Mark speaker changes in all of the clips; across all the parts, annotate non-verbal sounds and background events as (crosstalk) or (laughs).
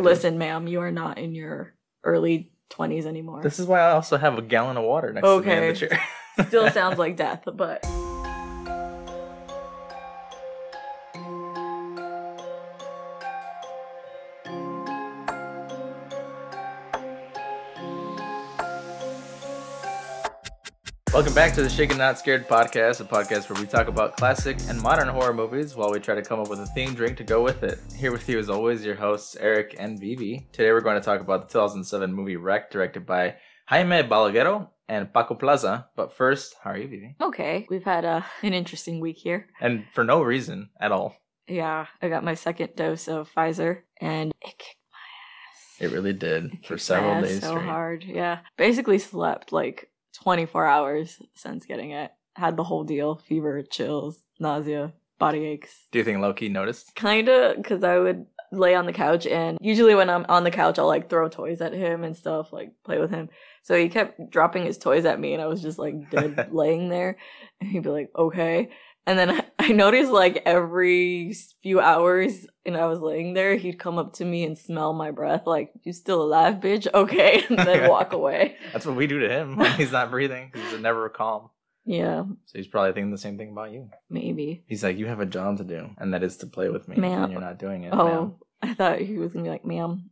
Speaker 1: Listen, ma'am, you are not in your early 20s anymore.
Speaker 2: This is why I also have a gallon of water next to me in the
Speaker 1: Okay.
Speaker 2: chair. (laughs)
Speaker 1: Still sounds like death, but
Speaker 2: Welcome back to the Shaken Not Scared podcast, a podcast where we talk about classic and modern horror movies while we try to come up with a theme drink to go with it. Here with you, as always, your hosts, Eric and Vivi. Today we're going to talk about the 2007 movie Wreck, directed by Jaime Balaguero and Paco Plaza. But first, how are you, Vivi?
Speaker 1: okay. We've had uh, an interesting week here.
Speaker 2: And for no reason at all.
Speaker 1: Yeah, I got my second dose of Pfizer and it kicked my ass.
Speaker 2: It really did
Speaker 1: It
Speaker 2: for
Speaker 1: kicked
Speaker 2: several
Speaker 1: my ass
Speaker 2: days
Speaker 1: so
Speaker 2: straight.
Speaker 1: hard. Yeah. Basically slept like 24 hours since getting it. Had the whole deal fever, chills, nausea, body aches.
Speaker 2: Do you think Loki noticed?
Speaker 1: Kind of, because I would lay on the couch, and usually when I'm on the couch, I'll like throw toys at him and stuff, like play with him. So he kept dropping his toys at me, and I was just like dead laying there. And he'd be like, okay. And then (laughs) I, I noticed like every few hours, and I was laying there, he'd come up to me and smell my breath, like, you still alive, bitch? Okay. (laughs) And then walk away.
Speaker 2: That's what we do to him when he's not breathing. 'cause He's never calm.
Speaker 1: Yeah,
Speaker 2: So he's probably thinking the same thing about you.
Speaker 1: maybe.
Speaker 2: He's like, you have a job to do, and that is to play with me,
Speaker 1: Ma'am.
Speaker 2: and you're not doing (laughs) it.
Speaker 1: Oh,
Speaker 2: ma'am."
Speaker 1: I thought he was gonna be like, ma'am,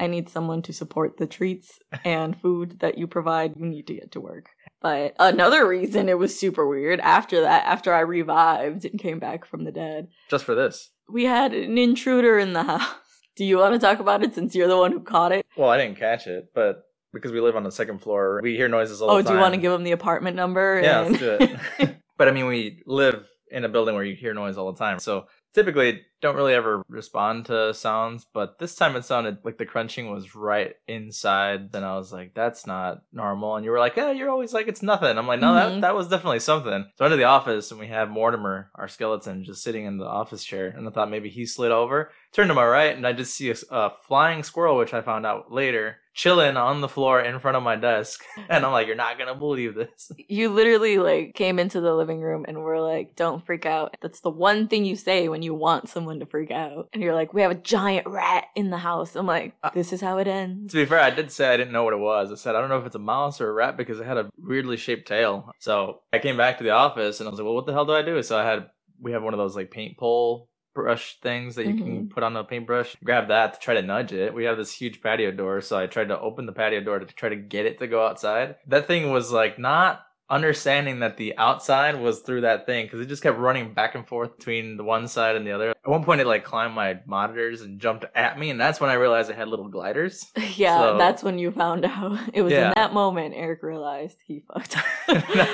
Speaker 1: I need someone to support the treats
Speaker 2: (laughs)
Speaker 1: and food that you provide. You need to get to work. But another reason it was super weird after that, after I revived and came back from the dead,
Speaker 2: just for this.
Speaker 1: we had an intruder in the (laughs) house. Do you want to talk about it since you're the one who caught it?
Speaker 2: Well, I didn't catch it, but because we live on the second floor, we hear noises all
Speaker 1: oh,
Speaker 2: the time.
Speaker 1: do you want to give him the apartment number?
Speaker 2: Yeah,
Speaker 1: and-
Speaker 2: let's do
Speaker 1: (laughs)
Speaker 2: it. (laughs) but I mean, we live in a building where you hear noise all the time, so typically don't really ever respond to sounds. But this time it sounded like the crunching was right inside, and I was like, "That's not normal." And you were like, "Yeah, you're always like it's nothing." I'm like, "No, that
Speaker 1: Mhm.
Speaker 2: that was definitely something." So I went to the office, and we have Mortimer, our skeleton, just sitting in the office chair, and I thought maybe he slid over. Turned to my right, and I just see a, s- a flying squirrel, which I found out later, chilling on the floor in front of my desk. (laughs) And I'm like, "You're not gonna believe this."
Speaker 1: you literally like came into the living room and were like, "Don't freak out." That's the one thing you say when you want someone to freak out, and you're like, "We have a giant rat in the house." I'm like,
Speaker 2: Uh,
Speaker 1: "This is how it ends."
Speaker 2: To be fair, I did say I didn't know what it was. I said I don't know if it's a mouse or a rat because it had a weirdly shaped tail. So I came back to the office and I was like, "Well, what the hell do I do?" So I had we have one of those like paint pole brush things that you can put on a paintbrush. Grab that to try to nudge it. We have this huge patio door, so I tried to open the patio door to try to get it to go outside. That thing was like not understanding that the outside was through that thing because it just kept running back and forth between the one side and the other. At one point, it like climbed my monitors and jumped at me, and that's when I realized it had little gliders.
Speaker 1: (laughs) yeah,
Speaker 2: so-
Speaker 1: that's when you found out. (laughs) It was
Speaker 2: Yeah.
Speaker 1: in that moment Eric realized he fucked up.
Speaker 2: (laughs) No,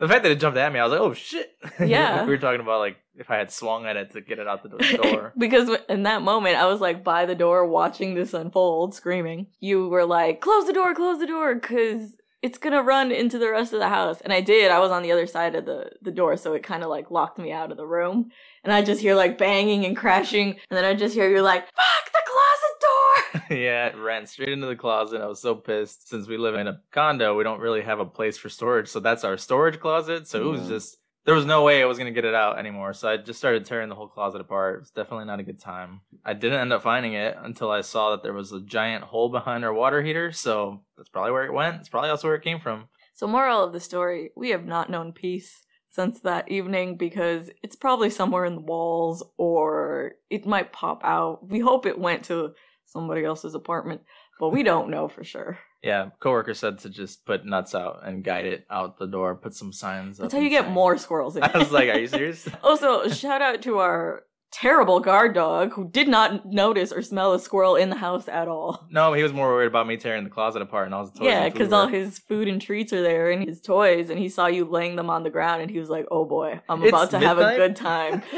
Speaker 2: the fact that it jumped at me, I was like, "Oh shit!" (laughs)
Speaker 1: Yeah.
Speaker 2: we were talking about like if I had swung at it to get it out the do- door.
Speaker 1: (laughs) because w- in that moment, I was like by the door watching this unfold, screaming. You were like, close the door, close the door, because it's going to run into the rest of the house. And I did. I was on the other side of the, the door, so it kind of like locked me out of the room. And I just hear like banging and crashing. And then I just hear you like, fuck the closet door.
Speaker 2: yeah, it ran straight into the closet. I was so pissed. Since we live in a condo, we don't really have a place for storage, so that's our storage closet. So it was
Speaker 1: Yeah.
Speaker 2: just there was no way I was gonna get it out anymore. So I just started tearing the whole closet apart. It was definitely not a good time. I didn't end up finding it until I saw that there was a giant hole behind our water heater. So that's probably where it went. It's probably also where it came from.
Speaker 1: So, moral of the story, we have not known peace since that evening because it's probably somewhere in the walls or it might pop out. We hope it went to somebody else's apartment, but we don't know for
Speaker 2: (laughs)
Speaker 1: sure.
Speaker 2: Yeah, coworker said to just put nuts out and guide it out the door. Put some signs.
Speaker 1: That's how
Speaker 2: up
Speaker 1: you
Speaker 2: and
Speaker 1: get
Speaker 2: saying-
Speaker 1: more squirrels in.
Speaker 2: (laughs) I was like,
Speaker 1: (laughs)
Speaker 2: "Are you serious?" (laughs)
Speaker 1: also, shout out to our terrible guard dog who did not notice or smell a squirrel in the house at all.
Speaker 2: no, he was more worried about me tearing the closet apart and all the toys.
Speaker 1: Yeah,
Speaker 2: because
Speaker 1: because all his food and treats are there and his toys, and he saw you laying them on the ground and he was like, oh boy, I'm
Speaker 2: It's
Speaker 1: about to have
Speaker 2: midnight.
Speaker 1: a good time.
Speaker 2: (laughs)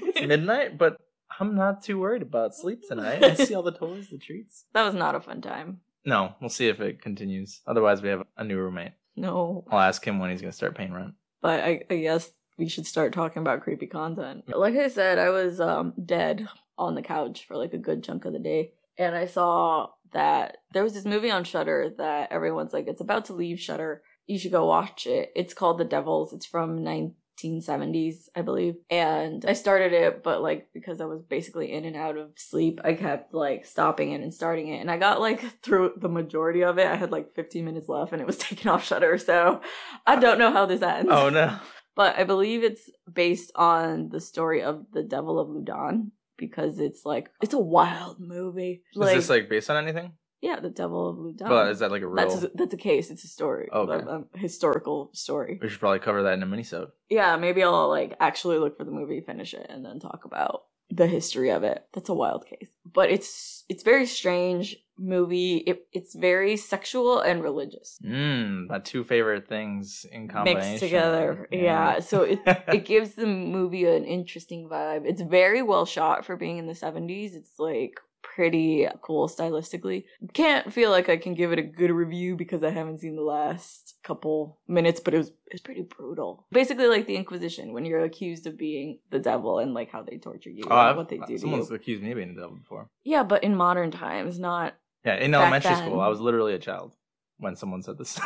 Speaker 2: it's midnight, but I'm not too worried about sleep
Speaker 1: (laughs)
Speaker 2: tonight. I see all the toys, the treats.
Speaker 1: That was not a fun time.
Speaker 2: No, we'll see if it continues. Otherwise, we have a new roommate.
Speaker 1: No.
Speaker 2: I'll ask him when he's gonna start
Speaker 1: (laughs)
Speaker 2: paying rent.
Speaker 1: But I, I guess we should start talking about creepy content. Like I said, I was um, dead on the couch for like a good chunk of the day. And I saw that there was this movie on Shutter that everyone's like, it's about to leave Shutter. You should go watch it. It's called The Devils. It's from 1970s, I believe. And I started it, but like because I was basically in and out of sleep, I kept like stopping it and starting it. And I got like (laughs) through the majority of it. I had like 15 minutes left and it was (laughs) taken off shutter. So I don't know how this ends.
Speaker 2: Oh no.
Speaker 1: But I believe it's based on the story of the Devil of Ludan because it's like it's a wild movie.
Speaker 2: is this like based on anything?
Speaker 1: yeah, the Devil of Ludan.
Speaker 2: But is that like a real? Oh,
Speaker 1: that's that's a case. It's a story.
Speaker 2: Okay.
Speaker 1: A, a historical story.
Speaker 2: we should probably cover that in a minisode.
Speaker 1: Yeah, maybe I'll like actually look for the movie, finish it, and then talk about the history of it. That's a wild case. But it's it's very strange movie. It, it's very sexual and religious.
Speaker 2: Mmm, my two favorite things in combination.
Speaker 1: Mixed together. Yeah.
Speaker 2: (laughs)
Speaker 1: So it it gives the movie an interesting vibe. It's very well shot for being in the 70s. It's like pretty cool stylistically. Can't feel like I can give it a good review because I haven't seen the last couple minutes, but it was it's pretty brutal. Basically like the Inquisition when you're accused of being the devil and like how they torture you
Speaker 2: Oh,
Speaker 1: and
Speaker 2: I've-
Speaker 1: what they do to
Speaker 2: someone's
Speaker 1: you.
Speaker 2: accused me of being the devil before.
Speaker 1: Yeah, but in modern times, not
Speaker 2: Yeah, in
Speaker 1: Back
Speaker 2: elementary
Speaker 1: then.
Speaker 2: school, I was literally a child when someone said this.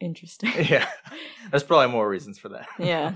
Speaker 1: interesting.
Speaker 2: (laughs) yeah, there's probably more reasons for that.
Speaker 1: Yeah.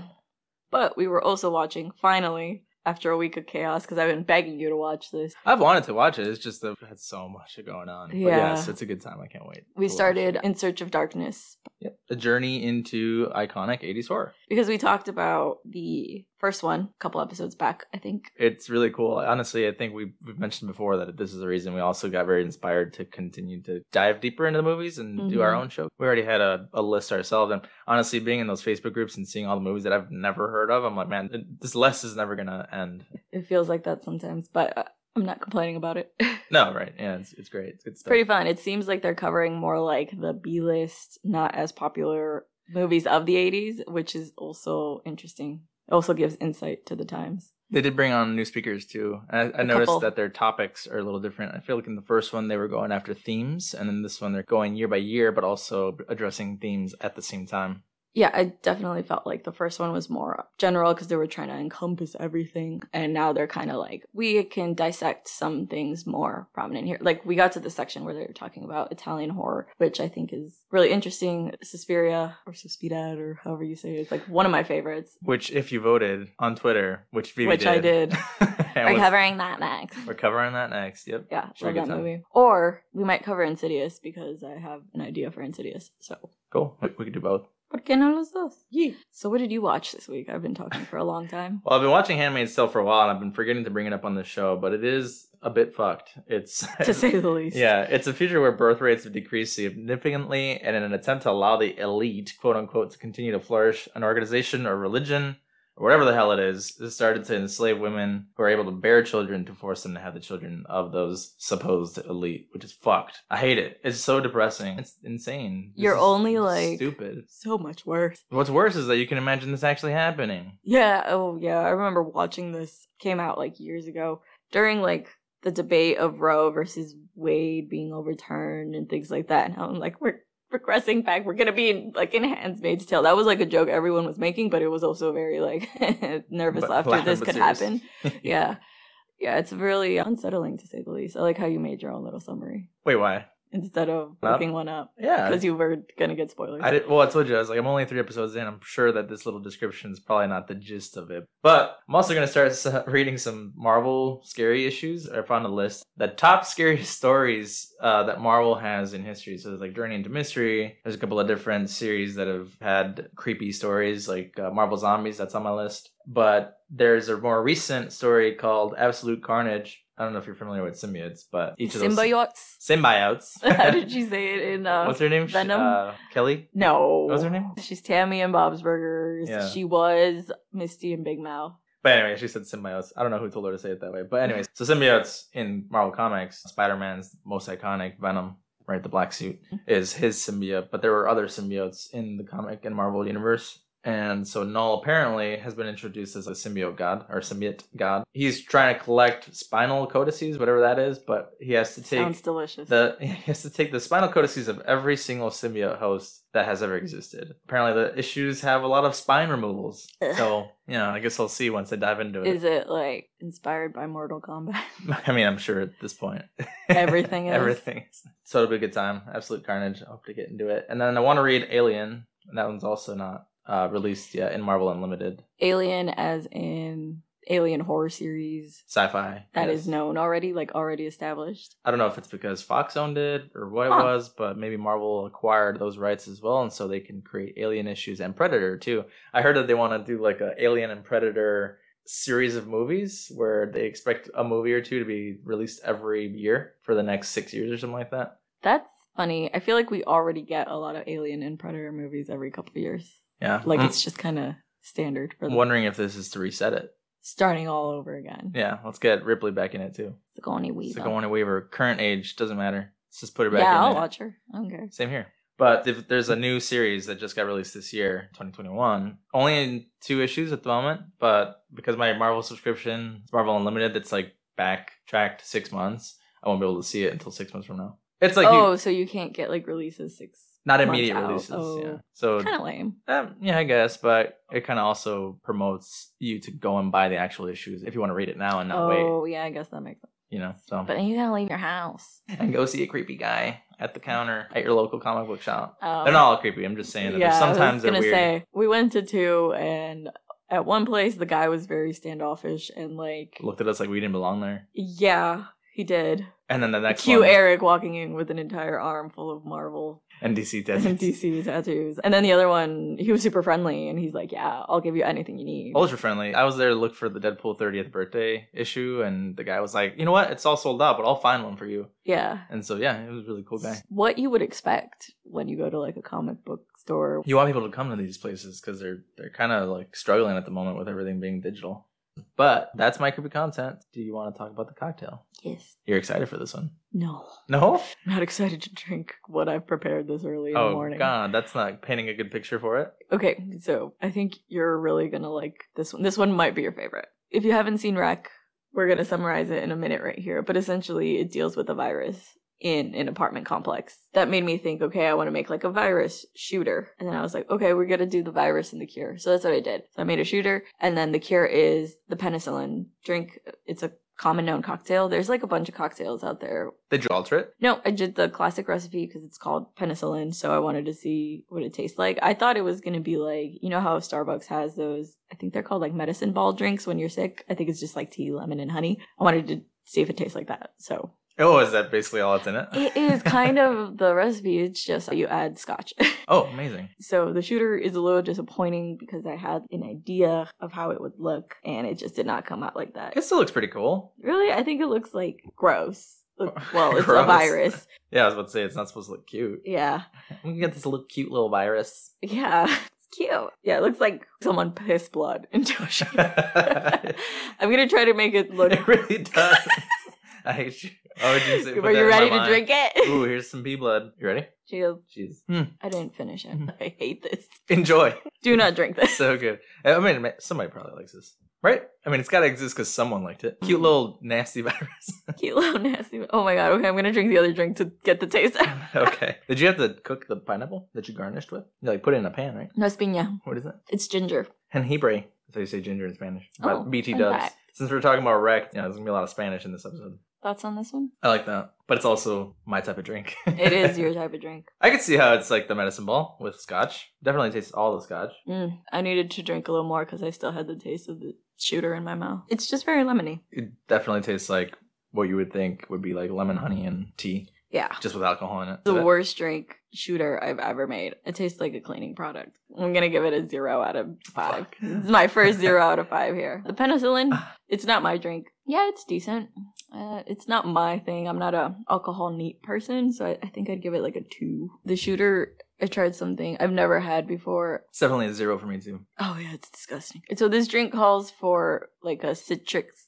Speaker 1: But we were also watching finally after a week of chaos because I've been begging you to watch this.
Speaker 2: (laughs) I've wanted to watch it. It's just that I've had so much going on. But
Speaker 1: Yeah.
Speaker 2: yes, it's a good time. I can't wait.
Speaker 1: We
Speaker 2: to watch
Speaker 1: started
Speaker 2: it.
Speaker 1: In Search of Darkness
Speaker 2: Yep. a journey into iconic '80s horror.
Speaker 1: because we talked about the first one a couple episodes back, I think.
Speaker 2: It's really cool. Honestly, I think we- we've mentioned before that this is the reason we also got very inspired to continue to dive deeper into the movies and do our
Speaker 1: Mhm.
Speaker 2: own show. We already had a, a list ourselves. And honestly, being in those Facebook groups and seeing all the movies that I've never heard of, I'm like, man, this list is never going to end.
Speaker 1: It feels like that sometimes, but uh, I'm not complaining about it. (laughs) it's
Speaker 2: No, right. Yeah, it's, it's great. It's uh, good stuff.
Speaker 1: pretty fun. It seems like they're covering more like the B list, not as popular movies of the 80s, which is also interesting. It also gives insight to the times.
Speaker 2: They did bring on new speakers too. And I, I
Speaker 1: A
Speaker 2: noticed
Speaker 1: couple.
Speaker 2: that their topics are a little different. I feel like in the first one they were going after themes, and in this one they're going year by year, but also addressing themes at the same time.
Speaker 1: Yeah, I definitely felt like the first one was more general because they were trying to encompass everything. And now they're kind of like, we can dissect some things more prominent here. Like, we got to the section where they were talking about Italian horror, which I think is really interesting. Suspiria or Suspiria or however you say it, it's like one of my favorites.
Speaker 2: Which, if you voted on Twitter, which Vivi
Speaker 1: Which I did.
Speaker 2: (laughs) and
Speaker 1: We're
Speaker 2: was-
Speaker 1: covering that next.
Speaker 2: we're covering that next. Yep.
Speaker 1: Yeah,
Speaker 2: Sure, good
Speaker 1: love that
Speaker 2: time.
Speaker 1: movie. Or we might cover Insidious because I have an idea for Insidious. So,
Speaker 2: Cool. We, we could do both.
Speaker 1: ¿por qué no los dos? Yeah. So, what did you watch this week? I've been talking for a long
Speaker 2: (laughs)
Speaker 1: time.
Speaker 2: Well, I've been watching Handmaid's Tale for a while, and I've been forgetting to bring it up on the show, but it is a bit fucked. It's (laughs)
Speaker 1: to say the least.
Speaker 2: Yeah, it's a future where birth rates have decreased significantly, and in an attempt to allow the elite, quote unquote, to continue to flourish, an organization or religion or whatever the hell it is, has started to enslave women who are able to bear children to force them to have the children of those supposed elite, which is fucked. I hate it. It's so depressing. It's insane. This
Speaker 1: You're
Speaker 2: is
Speaker 1: only, like-
Speaker 2: stupid.
Speaker 1: so much worse.
Speaker 2: What's worse is that you can imagine this actually happening.
Speaker 1: Yeah, oh yeah, I remember watching this came out like years ago during like the debate of Roe versus Wade being overturned and things like that. And how I'm like, we're progressing back. We're gonna be in, like in Handmaid's Tale. That was like a joke everyone was making, but it was also very like (laughs) nervous
Speaker 2: But-
Speaker 1: laughter.
Speaker 2: but
Speaker 1: This could
Speaker 2: serious.
Speaker 1: happen.
Speaker 2: (laughs)
Speaker 1: Yeah, yeah, it's really unsettling to say the least. I like how you made your own little summary
Speaker 2: Wait, why?
Speaker 1: instead of
Speaker 2: Huh?
Speaker 1: looking one up
Speaker 2: Yeah.
Speaker 1: because you were gonna get spoilers.
Speaker 2: I did, well, I told you I was like, I'm only three episodes in. I'm sure that this little description is probably not the gist of it. But I'm also gonna start (laughs) s- reading some Marvel scary issues. I found a list the top scariest stories uh, that Marvel has in history. So there's like Journey into Mystery. There's a couple of different series that have had creepy stories, like uh, Marvel Zombies. That's on my list. But there's a more recent story called Absolute Carnage. I don't know if you're familiar with symbiotes, but each of those
Speaker 1: Symbiotes.
Speaker 2: symbiotes.
Speaker 1: (laughs) how
Speaker 2: (laughs)
Speaker 1: did you say it in uh,
Speaker 2: What's her name? Sh-
Speaker 1: Venom?
Speaker 2: Uh, Kelly.
Speaker 1: No.
Speaker 2: What was her name?
Speaker 1: She's Tammy and Bob's Burgers.
Speaker 2: Yeah.
Speaker 1: She was Misty and Big Mouth.
Speaker 2: But anyway, she said symbiotes. I don't know who told her to say it that way. But anyways, so symbiotes in Marvel Comics, Spider-Man's most iconic Venom, right, the black suit, is his symbiote. But there were other symbiotes in the comic and Marvel universe. And so Null apparently has been introduced as a symbiote god or symbiote god. He's trying to collect spinal codices, whatever that is, but he has to take
Speaker 1: Sounds delicious.
Speaker 2: the (laughs) he has to take the spinal codices of every single symbiote host that has ever existed. Apparently, the issues have a lot of
Speaker 1: (laughs)
Speaker 2: spine removals.
Speaker 1: Ugh.
Speaker 2: So yeah, I guess I'll see once I dive into it.
Speaker 1: Is it like inspired by Mortal Kombat?
Speaker 2: (laughs) I mean, I'm sure at this point, (laughs)
Speaker 1: Everything is.
Speaker 2: everything. Is. So it'll be a good time. Absolute carnage. I hope to get into it. And then I want to read Alien. And that one's also not uh, released yet in Marvel Unlimited.
Speaker 1: Alien, as in Alien horror series
Speaker 2: Sci-fi.
Speaker 1: that is
Speaker 2: yes.
Speaker 1: known already, like already established.
Speaker 2: I don't know if it's because Fox owned it or what it
Speaker 1: Huh.
Speaker 2: was, but maybe Marvel acquired those rights as well, and so they can create Alien issues and Predator too. I heard that they want to do like a Alien and Predator series of movies where they expect a movie or two to be released every year for the next six years or something like that.
Speaker 1: That's funny. I feel like we already get a lot of Alien and Predator movies every couple of years.
Speaker 2: Yeah,
Speaker 1: Like
Speaker 2: I'm
Speaker 1: it's just kind of standard for
Speaker 2: I'm
Speaker 1: them.
Speaker 2: wondering if this is to reset it.
Speaker 1: starting all over again.
Speaker 2: Yeah, let's get Ripley back in it too.
Speaker 1: Sigourney Weaver.
Speaker 2: Sigourney Weaver, current age doesn't matter. Let's just put her back
Speaker 1: yeah,
Speaker 2: in.
Speaker 1: I'll
Speaker 2: it.
Speaker 1: watch her. I don't care.
Speaker 2: Same here. But if there's a new series that just got released this year, 2021. Only in two issues at the moment, but because my Marvel subscription, Marvel Unlimited, that's like backtracked six months, I won't be able to see it until six months from now. It's like
Speaker 1: oh,
Speaker 2: you,
Speaker 1: so you can't get like releases six.
Speaker 2: not
Speaker 1: months
Speaker 2: immediate
Speaker 1: out.
Speaker 2: releases.
Speaker 1: Oh.
Speaker 2: Yeah. So
Speaker 1: Kind of lame.
Speaker 2: um, yeah, I guess, but it kind of also promotes you to go and buy the actual issues if you want to read it now and not wait.
Speaker 1: Oh yeah, I guess that makes sense.
Speaker 2: You know, so
Speaker 1: But then you gotta leave your house.
Speaker 2: and go see a creepy guy at the counter at your local comic book shop.
Speaker 1: Um,
Speaker 2: They're not all creepy. I'm just saying that there's
Speaker 1: I was
Speaker 2: sometimes they're
Speaker 1: gonna
Speaker 2: weird.
Speaker 1: say we went to two, and at one place the guy was very standoffish and like,
Speaker 2: looked at us like we didn't belong there.
Speaker 1: yeah, he did.
Speaker 2: And then the next
Speaker 1: Cue
Speaker 2: one,
Speaker 1: Eric walking in with an entire arm full of Marvel (laughs)
Speaker 2: NDC
Speaker 1: and
Speaker 2: Dead.
Speaker 1: DC tattoos, and then the other one he was super friendly, and he's like, yeah, I'll give you anything you need.
Speaker 2: Ultra friendly. I was there to look for the Deadpool 30th birthday issue, and the guy was like, "You know what? It's all sold out, but I'll find one for you."
Speaker 1: Yeah.
Speaker 2: And so, yeah, it was a really cool guy.
Speaker 1: What you would expect when you go to like a comic book store.
Speaker 2: You want people to come to these places because they're they're kind of like struggling at the moment with everything being digital. But that's my creepy content. Do you want to talk about the cocktail?
Speaker 1: Yes.
Speaker 2: You're excited for this one?
Speaker 1: No.
Speaker 2: No.
Speaker 1: Not excited to drink what I've prepared this early in the
Speaker 2: Oh
Speaker 1: morning.
Speaker 2: God, that's not painting a good picture for it.
Speaker 1: Okay, so I think you're really gonna like this one. This one might be your favorite. If you haven't seen Rec, we're gonna summarize it in a minute right here. But essentially, it deals with a virus in an apartment complex. That made me think, okay, I want to make like a virus shooter. And then I was like, okay, we're gonna do the virus and the cure. So that's what I did. So I made a shooter, and then the cure is the penicillin drink. It's a common known cocktail. There's like a bunch of cocktails out there
Speaker 2: Did you alter it?
Speaker 1: no, I did the classic recipe because it's called penicillin, so I wanted to see what it tastes like. I thought it was gonna be like you know how Starbucks has those. I think they're called like medicine ball drinks when you're sick. I think it's just like tea, lemon, and honey. I wanted to see if it tastes like that. So
Speaker 2: Oh, is that basically all that's in it?
Speaker 1: it is kind of the recipe. It's just you add scotch.
Speaker 2: (laughs)
Speaker 1: (laughs)
Speaker 2: oh, amazing.
Speaker 1: so the shooter is a little disappointing because I had an idea of how it would look, and it just did not come out like that.
Speaker 2: It still looks pretty cool.
Speaker 1: Really, I think it looks like gross. Well, it's a
Speaker 2: Gross.
Speaker 1: virus.
Speaker 2: Yeah, I was about to say it's not supposed to look cute.
Speaker 1: Yeah.
Speaker 2: We can get this little cute
Speaker 1: (laughs)
Speaker 2: little virus.
Speaker 1: Yeah, it's cute. Yeah, it looks like someone pissed blood (laughs) into a shot. I'm gonna try to make it (laughs) look.
Speaker 2: it really does. (laughs) I hate you. Oh, you say, put
Speaker 1: Are
Speaker 2: that
Speaker 1: you
Speaker 2: in
Speaker 1: ready
Speaker 2: my
Speaker 1: to
Speaker 2: mind.
Speaker 1: drink it? (laughs)
Speaker 2: Ooh, here's some bee blood. You ready?
Speaker 1: Jeez,
Speaker 2: Jeez. Hmm.
Speaker 1: I didn't finish it. (laughs) I hate this.
Speaker 2: Enjoy.
Speaker 1: Do not drink this. (laughs)
Speaker 2: So good. I mean, ma- somebody probably likes this, right? I mean, it's got to exist because someone liked it. Cute little nasty (laughs) virus.
Speaker 1: Cute little nasty. Oh my god. Okay, I'm gonna drink the other drink to get the taste out.
Speaker 2: okay. Did you have to cook the pineapple that you garnished with? You like put it in a pan, right?
Speaker 1: (laughs) No piña.
Speaker 2: What is it?
Speaker 1: It's ginger.
Speaker 2: And Hebre. That's how you say ginger in Spanish. But
Speaker 1: Oh,
Speaker 2: BT
Speaker 1: I
Speaker 2: dubs.
Speaker 1: like.
Speaker 2: Since we're talking about wreck, you know, there's gonna be a lot of Spanish in this episode.
Speaker 1: Thoughts on this one?
Speaker 2: I like that. But it's also my type of drink.
Speaker 1: It (laughs) is your type of drink.
Speaker 2: (laughs) I can see how it's like the medicine ball with scotch. Definitely tastes all the scotch.
Speaker 1: Mm, I needed to drink a little more because I still had the taste of the shooter in my mouth. It's just very lemony.
Speaker 2: It definitely tastes like what you would think would be like lemon honey and tea,
Speaker 1: Yeah.
Speaker 2: just with alcohol in it.
Speaker 1: the worst drink shooter I've ever made. It tastes like a cleaning product. I'm gonna give it a zero out of five.
Speaker 2: Fuck.
Speaker 1: This is my first zero out of five here. The penicillin, it's not my drink. Yeah, it's decent. Uh, it's not my thing. I'm not a alcohol neat person, so I, I think I'd give it like a two. The shooter, I tried something I've never had before.
Speaker 2: It's definitely a zero for me too.
Speaker 1: Oh yeah, it's disgusting. So this drink calls for like a citrus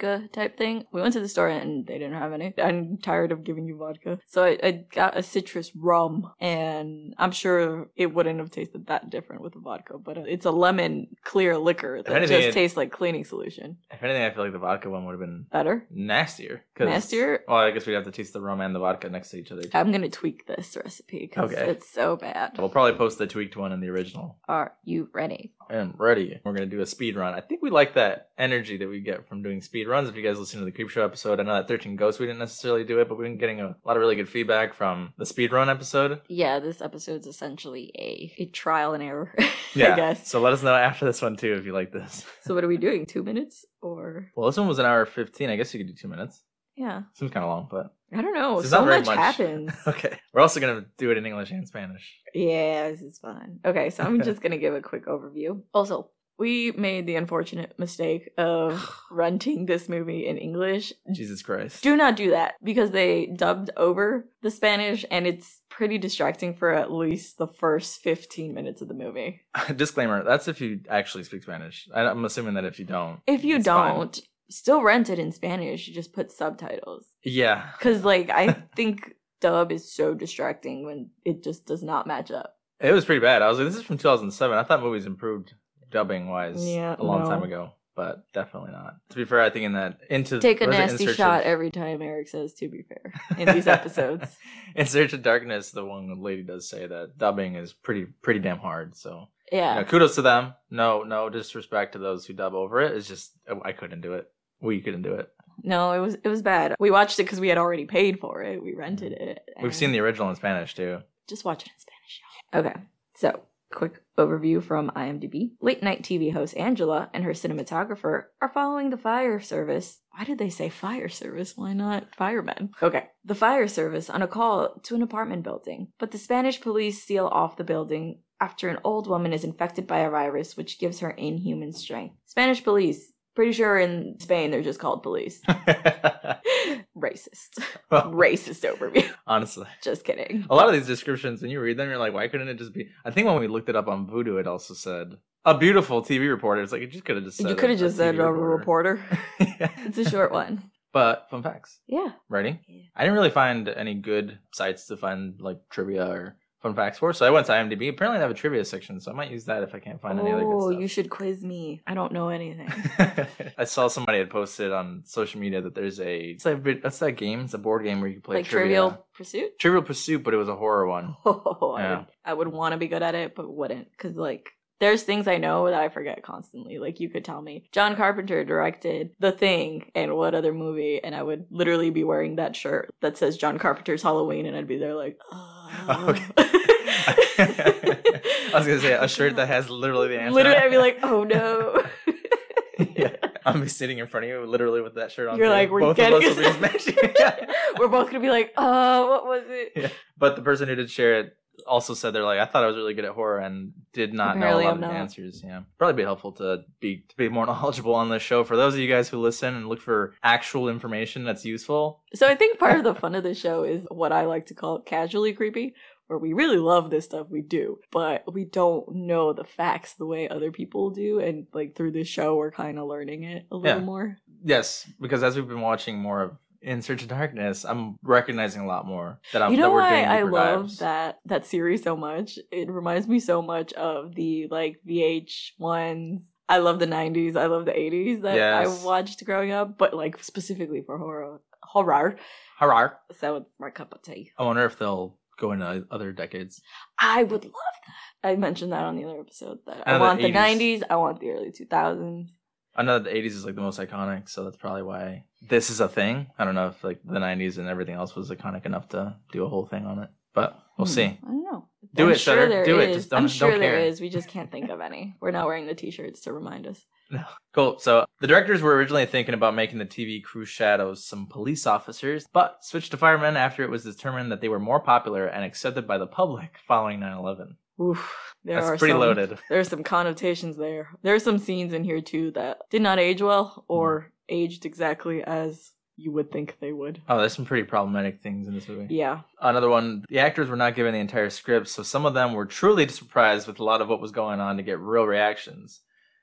Speaker 1: vodka type thing. We went to the store and they didn't have any. I'm tired of giving you vodka. So I, I got a citrus rum and I'm sure it wouldn't have tasted that different with the vodka, but uh, it's a lemon clear liquor that
Speaker 2: anything,
Speaker 1: just
Speaker 2: it-
Speaker 1: tastes like cleaning solution.
Speaker 2: If anything, I feel like the vodka one would have been
Speaker 1: Better.
Speaker 2: nastier. 'cause-
Speaker 1: Nastier? Uh,
Speaker 2: Well, I guess we'd have to taste the rum and the vodka next to each other.
Speaker 1: I'm gonna tweak this recipe because
Speaker 2: Okay.
Speaker 1: it's so bad.
Speaker 2: We'll probably post the tweaked one and the original.
Speaker 1: Are you ready?
Speaker 2: I am ready. We're gonna do a speed run. I think we like that energy that we get from doing speed runs. If you guys listen to the Creep Show episode, I know that 13 Ghosts we didn't necessarily do it, but we've been getting a lot of really good feedback from the speed run episode.
Speaker 1: Yeah, this episode's essentially a, a trial and error, (laughs)
Speaker 2: Yeah.
Speaker 1: I guess.
Speaker 2: So let us know after this one too if you
Speaker 1: (laughs)
Speaker 2: like this.
Speaker 1: So what are we doing? Two minutes or
Speaker 2: Well, this one was an hour 15. I guess you could do two minutes.
Speaker 1: yeah?
Speaker 2: Seems kind of long, but
Speaker 1: I don't know.
Speaker 2: There's
Speaker 1: so
Speaker 2: not very
Speaker 1: much,
Speaker 2: much. (laughs)
Speaker 1: happens.
Speaker 2: okay. We're also gonna do it in English and Spanish.
Speaker 1: yeah, this is fun. Okay, so I'm
Speaker 2: (laughs)
Speaker 1: just gonna give a quick overview. Also, we made the unfortunate mistake of
Speaker 2: (sighs)
Speaker 1: renting this movie in English
Speaker 2: Jesus Christ.
Speaker 1: Do not do that because they dubbed over the Spanish and it's pretty distracting for at least the first 15 minutes of the movie.
Speaker 2: (laughs) Disclaimer: That's if you actually speak Spanish. I, I'm assuming that if you don't,
Speaker 1: If you
Speaker 2: It's fine.
Speaker 1: don't, still rent it in Spanish, you just put subtitles.
Speaker 2: yeah,
Speaker 1: Because, like,
Speaker 2: (laughs)
Speaker 1: I think dub is so distracting when it just does not match up.
Speaker 2: it was pretty bad. I was like, this is from 2007. I thought movies improved dubbing wise
Speaker 1: Yeah,
Speaker 2: a long
Speaker 1: no.
Speaker 2: time ago, but definitely not. To be fair, I think in that into
Speaker 1: Take a
Speaker 2: what is it? In
Speaker 1: nasty
Speaker 2: Search
Speaker 1: shot
Speaker 2: of-
Speaker 1: every time Eric says, to be fair, in
Speaker 2: (laughs)
Speaker 1: these episodes.
Speaker 2: in Search of Darkness, the one lady does say that dubbing is pretty pretty damn hard. So
Speaker 1: Yeah.
Speaker 2: you know, kudos to them. No, no disrespect to those who dub over it. It's just I couldn't do it. We couldn't do it.
Speaker 1: No, it was it was bad. We watched it because we had already paid for it. We rented it.
Speaker 2: Mm. We've seen
Speaker 1: and-
Speaker 2: the original in Spanish too. (laughs)
Speaker 1: Just watch it in Spanish. y'all. Okay, so quick overview from IMDb. Late night TV host Angela and her cinematographer are following the fire service. Why did they say fire service? Why not firemen? Okay. The fire service on a call to an apartment building, but the Spanish police seal off the building after an old woman is infected by a virus which gives her inhuman strength. Spanish police. Pretty sure in Spain they're just called (laughs) police. Racist. (laughs)
Speaker 2: well,
Speaker 1: Racist overview.
Speaker 2: honestly.
Speaker 1: (laughs) Just kidding.
Speaker 2: A lot of these descriptions, when you read them, you're like, why couldn't it just be? I think when we looked it up on Voodoo, it also said a beautiful TV reporter. It's like it just could have just said
Speaker 1: You could have just said
Speaker 2: TV
Speaker 1: a reporter.
Speaker 2: (laughs) Yeah.
Speaker 1: It's a short one.
Speaker 2: (laughs) but fun facts.
Speaker 1: Yeah.
Speaker 2: Ready?
Speaker 1: Yeah.
Speaker 2: I didn't really find any good sites to find like trivia or fun facts for, so I went to IMDb. Apparently, they have a trivia section, so I might use that if I can't find any other good
Speaker 1: Oh,
Speaker 2: stuff.
Speaker 1: you should quiz me. I don't know anything.
Speaker 2: (laughs) I saw somebody had posted on social media that there's a it's like that's that game, it's a board game where you can play
Speaker 1: (laughs) like
Speaker 2: trivia.
Speaker 1: Trivial Pursuit? (laughs)
Speaker 2: Trivial Pursuit, but it was a horror one.
Speaker 1: Oh, I
Speaker 2: Yeah.
Speaker 1: would, I would want to be good at it, but wouldn't. Because, like, there's things I know that I forget constantly. Like, you could tell me, John Carpenter directed The Thing and what other movie, and I would literally be wearing that shirt that says John Carpenter's Halloween, and I'd be there like, oh.
Speaker 2: (laughs) Okay. (laughs) I was gonna say a shirt that has literally the answer.
Speaker 1: Literally, I'd be like, oh no.
Speaker 2: (laughs) yeah. I'm be sitting in front of you, literally with that shirt on.
Speaker 1: You're
Speaker 2: too.
Speaker 1: like, we're
Speaker 2: Both
Speaker 1: getting
Speaker 2: of us will
Speaker 1: (laughs)
Speaker 2: be smashing. (laughs) Yeah.
Speaker 1: We're both gonna be like, uh, what was it?
Speaker 2: Yeah. But the person who did share it also said they're like, I thought I was really good at horror and did not
Speaker 1: Apparently
Speaker 2: know a lot
Speaker 1: I'm
Speaker 2: of the
Speaker 1: not.
Speaker 2: answers. Yeah, probably be helpful to be to be more (laughs) knowledgeable on this show for those of you guys who listen and look for actual information that's useful.
Speaker 1: So I think part of the fun of the show is what I like to call casually creepy, where we really love this stuff, we do, but we don't know the facts the way other people do, and like through this show, we're kind of learning it a little
Speaker 2: Yeah.
Speaker 1: more.
Speaker 2: Yes, because as we've been watching more of In Search of Darkness, I'm recognizing a lot more that I'm.
Speaker 1: you
Speaker 2: that
Speaker 1: know
Speaker 2: Um, we're
Speaker 1: why
Speaker 2: doing
Speaker 1: I
Speaker 2: deeper
Speaker 1: love
Speaker 2: dives.
Speaker 1: that that series so much? It reminds me so much of the like VH ones. I love the '90s. I love the '80s that
Speaker 2: Yes.
Speaker 1: I watched growing up, but like specifically for horror, horror.
Speaker 2: Harar.
Speaker 1: So it's my cup of tea.
Speaker 2: I wonder if they'll go into other decades.
Speaker 1: I would love that. I mentioned that on the other episode that
Speaker 2: Out
Speaker 1: I
Speaker 2: of the
Speaker 1: want the
Speaker 2: 80s.
Speaker 1: '90s. I want the early 2000s.
Speaker 2: I know that the 80s is like the most iconic, so that's probably why this is a thing. I don't know if like the 90s and everything else was iconic enough to do a whole thing on it, but we'll
Speaker 1: Hmm,
Speaker 2: see.
Speaker 1: I don't know.
Speaker 2: Do it, Shutter.
Speaker 1: there
Speaker 2: Do it.
Speaker 1: is-
Speaker 2: Just don't-
Speaker 1: I'm
Speaker 2: don't
Speaker 1: sure there
Speaker 2: care.
Speaker 1: is. We just can't think of any. We're not wearing the T-shirts to remind us.
Speaker 2: Cool. So the directors were originally thinking about making the TV crew shadows some police officers, but switched to firemen after it was determined that they were more popular and accepted by the public following 9 11.
Speaker 1: Oof, there are
Speaker 2: That's pretty
Speaker 1: some-
Speaker 2: loaded.
Speaker 1: There's some connotations there. There's some scenes in here too that did not age well or aged exactly as you would think they would.
Speaker 2: Oh, there's some pretty problematic things in this movie.
Speaker 1: Yeah.
Speaker 2: Another one, the actors were not given the entire script, so some of them were truly surprised with a lot of what was going on to get real reactions.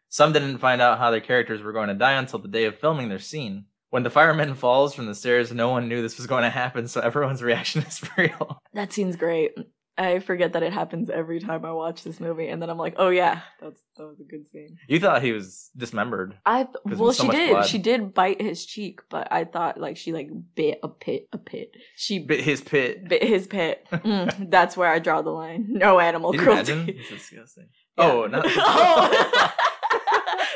Speaker 2: Some didn't find out how their characters were going to die until the day of filming their scene. When the fireman (laughs) falls from the stairs, no one knew this was going to happen, so everyone's (laughs) reaction is real.
Speaker 1: That scene's great. I forget that it happens every time I watch this movie and then I'm like, "Oh yeah, that's that was a good scene."
Speaker 2: You thought he was dismembered.
Speaker 1: I th-
Speaker 2: There's
Speaker 1: well,
Speaker 2: so
Speaker 1: she
Speaker 2: much
Speaker 1: did.
Speaker 2: blood.
Speaker 1: She did bite his cheek, but I thought like she like bit a pit, a pit. She bit,
Speaker 2: Bit his pit. (laughs)
Speaker 1: his pit. Mm, that's where I draw the line. No animal
Speaker 2: Can you
Speaker 1: cruelty. (laughs)
Speaker 2: imagine? It's disgusting. Oh, not. (laughs)
Speaker 1: Oh.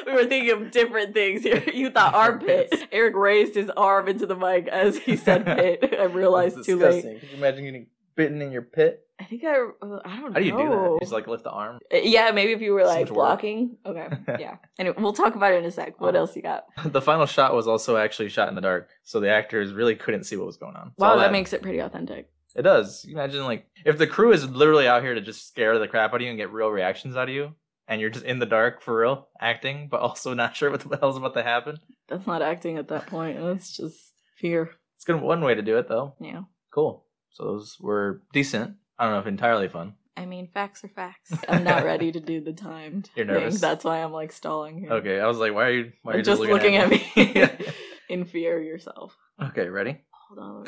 Speaker 1: (laughs) we were thinking of different things here. You thought armpit.
Speaker 2: Armpits.
Speaker 1: Eric raised his arm into the mic as he
Speaker 2: (laughs)
Speaker 1: said pit. I
Speaker 2: That's
Speaker 1: realized too late.
Speaker 2: disgusting. Could you imagine getting bitten in your pit?
Speaker 1: I think I. uh, I don't know.
Speaker 2: How do you do that? You just like lift the arm.
Speaker 1: Uh, yeah, maybe if you were
Speaker 2: So
Speaker 1: like
Speaker 2: much work.
Speaker 1: blocking. Okay.
Speaker 2: (laughs)
Speaker 1: Yeah. Anyway, we'll talk about it in a sec. What
Speaker 2: Oh.
Speaker 1: else you got?
Speaker 2: (laughs) The final shot was also actually shot in the dark, so the actors really couldn't see what was going on. So
Speaker 1: Wow,
Speaker 2: all
Speaker 1: that, makes it pretty authentic.
Speaker 2: it does. You imagine like if the crew is literally out here to just scare the crap out of you and get real reactions out of you, and you're just in the dark for real acting, but (laughs) also not sure what the hell's about to happen.
Speaker 1: That's not acting at that point. That's just fear.
Speaker 2: It's gonna one way to do it though.
Speaker 1: Yeah.
Speaker 2: Cool. So those were decent. I don't know if entirely fun.
Speaker 1: I mean, facts are facts. (laughs) I'm not ready to do the timed.
Speaker 2: You're
Speaker 1: thing.
Speaker 2: nervous.
Speaker 1: That's why I'm like stalling here.
Speaker 2: Okay, I was like, why are you? Why are you
Speaker 1: just looking at me.
Speaker 2: (laughs) Yeah.
Speaker 1: (laughs) in fear yourself.
Speaker 2: okay, ready?
Speaker 1: Hold on. let me-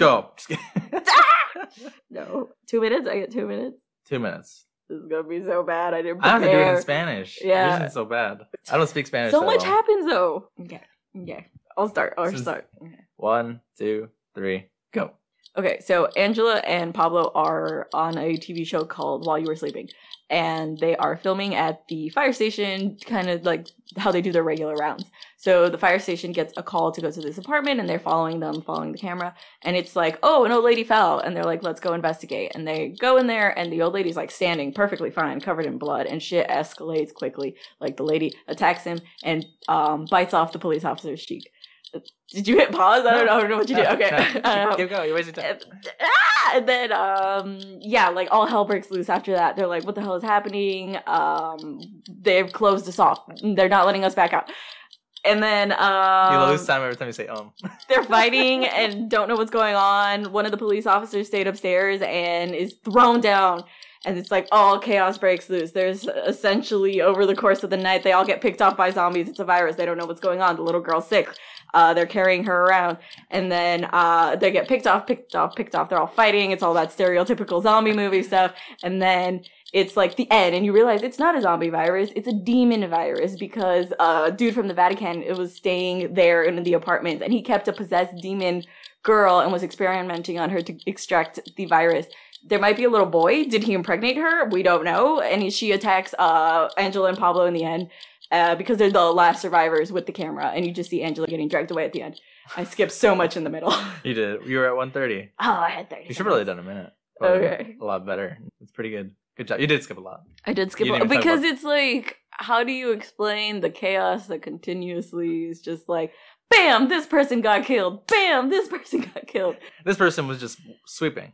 Speaker 2: Go. (laughs)
Speaker 1: No. Two minutes? I get two minutes?
Speaker 2: Two minutes.
Speaker 1: This is going to be so bad. I didn't
Speaker 2: I
Speaker 1: prepare.
Speaker 2: don't have to do it in Spanish.
Speaker 1: Yeah.
Speaker 2: Yours isn't so bad. I don't speak Spanish.
Speaker 1: So
Speaker 2: that
Speaker 1: much
Speaker 2: well.
Speaker 1: happens though. Okay. Okay. I'll start. I'll
Speaker 2: This is-
Speaker 1: start. Okay.
Speaker 2: One, two, three, go.
Speaker 1: Okay, so Angela and Pablo are on a TV show called While You Were Sleeping, and they are filming at the fire station, kind of like how they do their regular rounds. So the fire station gets a call to go to this apartment, and they're following them, following the camera, and it's like, oh, an old lady fell, and they're like, let's go investigate, and they go in there, and the old lady's like standing perfectly fine, covered in blood, and shit escalates quickly. Like the lady attacks him and um, bites off the police officer's cheek. Did you hit pause? I don't know, I don't know what you did.
Speaker 2: No,
Speaker 1: Okay, (laughs) Uh, Um,
Speaker 2: no.
Speaker 1: I don't know.
Speaker 2: Keep going. You're wasting time.
Speaker 1: Ah! and then um yeah like all hell breaks loose after that they're like what the hell is happening um they've closed us off they're not letting us back out and then
Speaker 2: You
Speaker 1: um
Speaker 2: lose time every time you say um.
Speaker 1: they're fighting and don't know what's going on one of the police officers stayed upstairs and is thrown down and it's like all chaos breaks loose there's essentially over the course of the night they all get picked off by zombies it's a virus they don't know what's going on the little girl's sick uh, they're carrying her around and then uh, they get picked off picked off picked off they're all fighting it's all that stereotypical zombie movie stuff and then it's like the end and you realize it's not a zombie virus it's a demon virus because uh, a dude from the vatican it was staying there in the apartment and he kept a possessed demon girl and was experimenting on her to extract the virus there might be a little boy did he impregnate her we don't know and she attacks uh, angela and pablo in the end uh, because they're the last survivors with the camera, and you just see Angela getting dragged away at the end. I skipped so much in the middle. (laughs) oh,
Speaker 2: You did. You were at 130.
Speaker 1: I had 30.
Speaker 2: You should probably have done a minute.
Speaker 1: Okay.
Speaker 2: A lot better. It's pretty good. Good job. You did skip a lot.
Speaker 1: I did skip
Speaker 2: You
Speaker 1: a-
Speaker 2: didn't even talk
Speaker 1: because
Speaker 2: about-
Speaker 1: it's like, how do you explain the chaos that continuously is just like, bam, this person got killed, bam, this (laughs) person got killed.
Speaker 2: This person was just sweeping,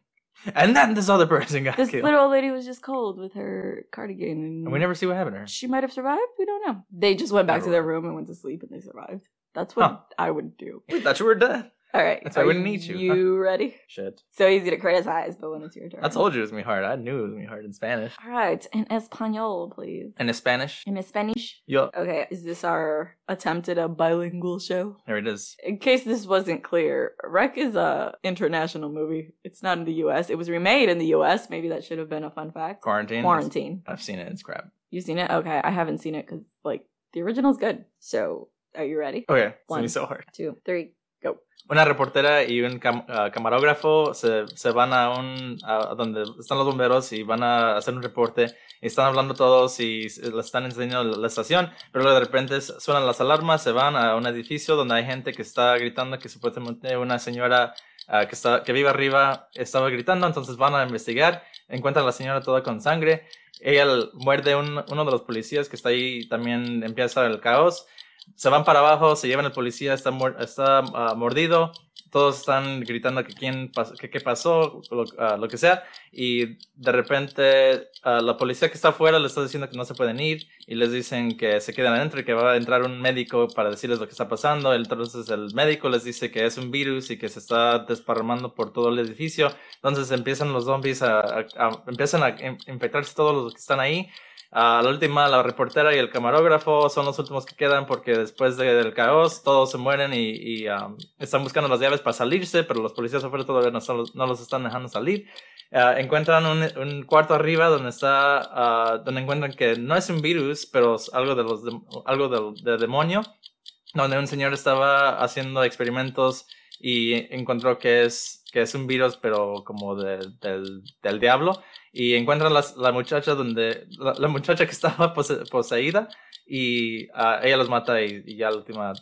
Speaker 2: and then this other person got
Speaker 1: This
Speaker 2: killed.
Speaker 1: little old lady was just cold with her cardigan, and,
Speaker 2: And we never see what happened to her.
Speaker 1: she might have survived. We don't know. They just went back to their
Speaker 2: Never
Speaker 1: room and went to sleep, and they survived. That's what
Speaker 2: Huh.
Speaker 1: I would do.
Speaker 2: We thought you were dead.
Speaker 1: All right,
Speaker 2: That's why I
Speaker 1: are
Speaker 2: wouldn't need you, huh?
Speaker 1: You ready?
Speaker 2: Shit.
Speaker 1: So easy to criticize, but when it's your turn,
Speaker 2: I told you it was gonna be hard. I knew it was gonna be hard in Spanish.
Speaker 1: All right, in Espanol, please.
Speaker 2: And in Spanish,
Speaker 1: In Spanish.
Speaker 2: yo,
Speaker 1: Okay, is this our attempt at a bilingual show?
Speaker 2: there it is.
Speaker 1: In case this wasn't clear, Wreck is a international movie. It's not in the U.S. It was remade in the U.S. Maybe that should have been a fun fact.
Speaker 2: Quarantine.
Speaker 1: Quarantine.
Speaker 2: I've seen it. It's crap.
Speaker 1: You seen it? Okay, I haven't seen it because like the original's good. So, are you ready?
Speaker 2: Okay. It's gonna
Speaker 1: One.
Speaker 2: be so hard.
Speaker 1: Two, three.
Speaker 2: Una reportera y un cam- ah, camarógrafo se, se van a un a a donde están los bomberos y van a hacer un reporte y están hablando todos y s- le están enseñando la- la estación, pero luego de repente s- suenan las alarmas, se van a un edificio donde hay gente que está gritando que supuestamente una señora ah, que, está, que vive arriba estaba gritando, entonces van a investigar, encuentran a la señora toda con sangre, ella l- muerde un- uno de los policías que está ahí, también empieza el caos. Se van para abajo, se llevan al policía, está, muer- está ah, mordido, todos están gritando que quién pas- que qué pasó, lo, ah, lo que sea, y de repente ah, la policía que está afuera les está diciendo que no se pueden ir y les dicen que se queden adentro y que va a entrar un médico para decirles lo que está pasando. Entonces el médico les dice que es un virus y que se está desparramando por todo el edificio. Entonces empiezan los zombies a, a- a- empiezan a in- infectarse todos los que están ahí. Ah, la última, la reportera y el camarógrafo son los últimos que quedan porque después de- del caos todos se mueren y, y, ah, están buscando las llaves para salirse, pero los policías afuera todavía no, son- no los están dejando salir. Ah, encuentran un, un cuarto arriba donde está, ah, donde encuentran que no es un virus, pero es algo de los, dem- algo del de demonio, donde un señor estaba haciendo experimentos y encontró que es que que es un virus, pero como de- del, del diablo. Y encuentran las, la muchacha donde, la, la muchacha que (laughs) estaba pose- poseída y ah, ella los mata y, y ya la última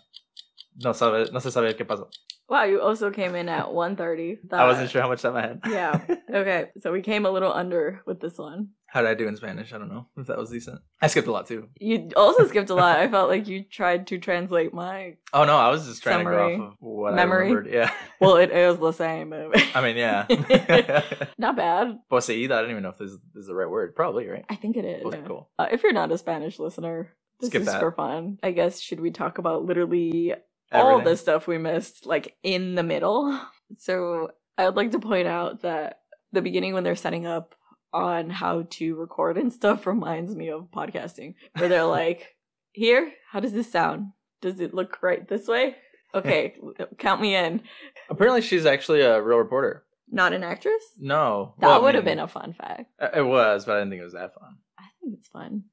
Speaker 2: no sabe, no se sabe qué pasó.
Speaker 1: Wow, you also came in at 1.30.
Speaker 2: I wasn't sure how much time I had.
Speaker 1: yeah.
Speaker 2: (laughs)
Speaker 1: Okay. So we came a little under with this one.
Speaker 2: How did I do in Spanish? I don't know if that was decent. I skipped a lot too.
Speaker 1: You also skipped a lot. I felt like you tried to translate my.
Speaker 2: Oh no, I was just trying
Speaker 1: Summary.
Speaker 2: to go off of what
Speaker 1: Memory.
Speaker 2: I remembered. Yeah, (laughs)
Speaker 1: Well, it is the same. but-
Speaker 2: I mean, yeah.
Speaker 1: (laughs)
Speaker 2: (laughs)
Speaker 1: Not bad.
Speaker 2: Poseída. I don't even know if this, this is the right word. Probably right.
Speaker 1: I think it is.
Speaker 2: Okay,
Speaker 1: yeah.
Speaker 2: cool.
Speaker 1: Uh, if you're not a Spanish listener, this
Speaker 2: Skip
Speaker 1: is
Speaker 2: that.
Speaker 1: for fun. I guess should we talk about literally all
Speaker 2: Everything.
Speaker 1: the stuff we missed, like in the middle. (laughs) So I would like to point out that the beginning when they're setting up on how to record and stuff (laughs) reminds me of podcasting, where
Speaker 2: (laughs)
Speaker 1: they're like, "Here, how does this sound? Does it look right this
Speaker 2: (laughs)
Speaker 1: way? Okay, count me in."
Speaker 2: Apparently, she's actually a real reporter.
Speaker 1: Not an actress.
Speaker 2: No,
Speaker 1: That
Speaker 2: Well, I
Speaker 1: would have
Speaker 2: mean,
Speaker 1: been a fun fact.
Speaker 2: It was, but I didn't think it was that fun.
Speaker 1: I think it's fun.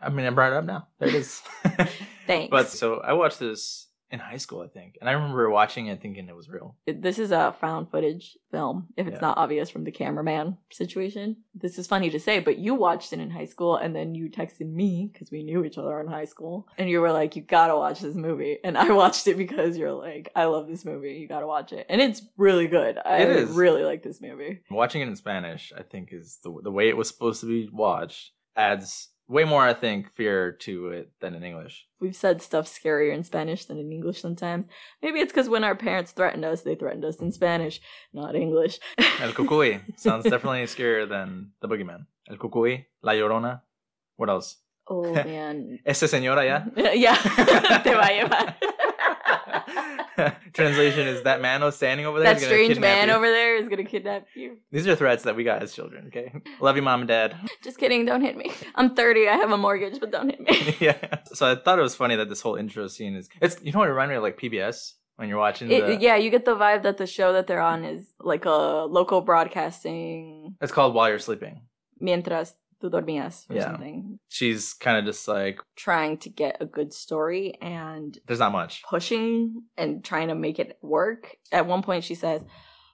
Speaker 2: I mean, I brought it up now. There it is.
Speaker 1: (laughs) Thanks.
Speaker 2: But so I watched this in high school, I think, and I remember watching it thinking it was real.
Speaker 1: it- this is a found footage film if it's
Speaker 2: Yeah.
Speaker 1: not obvious from the cameraman situation this is funny to say but you watched it in high school and then you texted me because we knew each other in high school and you were like you gotta watch this movie and i (laughs) watched it because you're like i love this movie you gotta watch it and it's really good i
Speaker 2: It is.
Speaker 1: really like this movie
Speaker 2: Watching it in Spanish, I think, is the the way it was supposed to be watched adds way more, I think, fear to it than in English.
Speaker 1: we've said stuff scarier in spanish than in english sometimes maybe it's because when our parents threatened us they threatened us in spanish not english
Speaker 2: El cucuy sounds definitely scarier than the boogeyman. El cucuy, la llorona. What else?
Speaker 1: (laughs) oh man
Speaker 2: Ese señor allá.
Speaker 1: (laughs) yeah te va a llevar
Speaker 2: Translation is that man was standing over there.
Speaker 1: that
Speaker 2: is gonna
Speaker 1: strange
Speaker 2: kidnap
Speaker 1: man
Speaker 2: you."
Speaker 1: over there is gonna kidnap you.
Speaker 2: These are threats that we got as children. Okay, love you, mom and dad.
Speaker 1: Just kidding, don't hit me. I'm 30, I have a mortgage, but don't hit
Speaker 2: (laughs)
Speaker 1: me.
Speaker 2: yeah. So I thought it was funny that this whole intro scene is. It's you know what it reminded me of like PBS when you're watching.
Speaker 1: It-
Speaker 2: the,
Speaker 1: yeah, you get the vibe that the show that they're on is like a local broadcasting
Speaker 2: It's called While You're Sleeping.
Speaker 1: mientras tú dormías or
Speaker 2: Yeah.
Speaker 1: something.
Speaker 2: She's kind of just like
Speaker 1: Trying to get a good story and
Speaker 2: there's not much.
Speaker 1: pushing and trying to make it work. At one point, she says,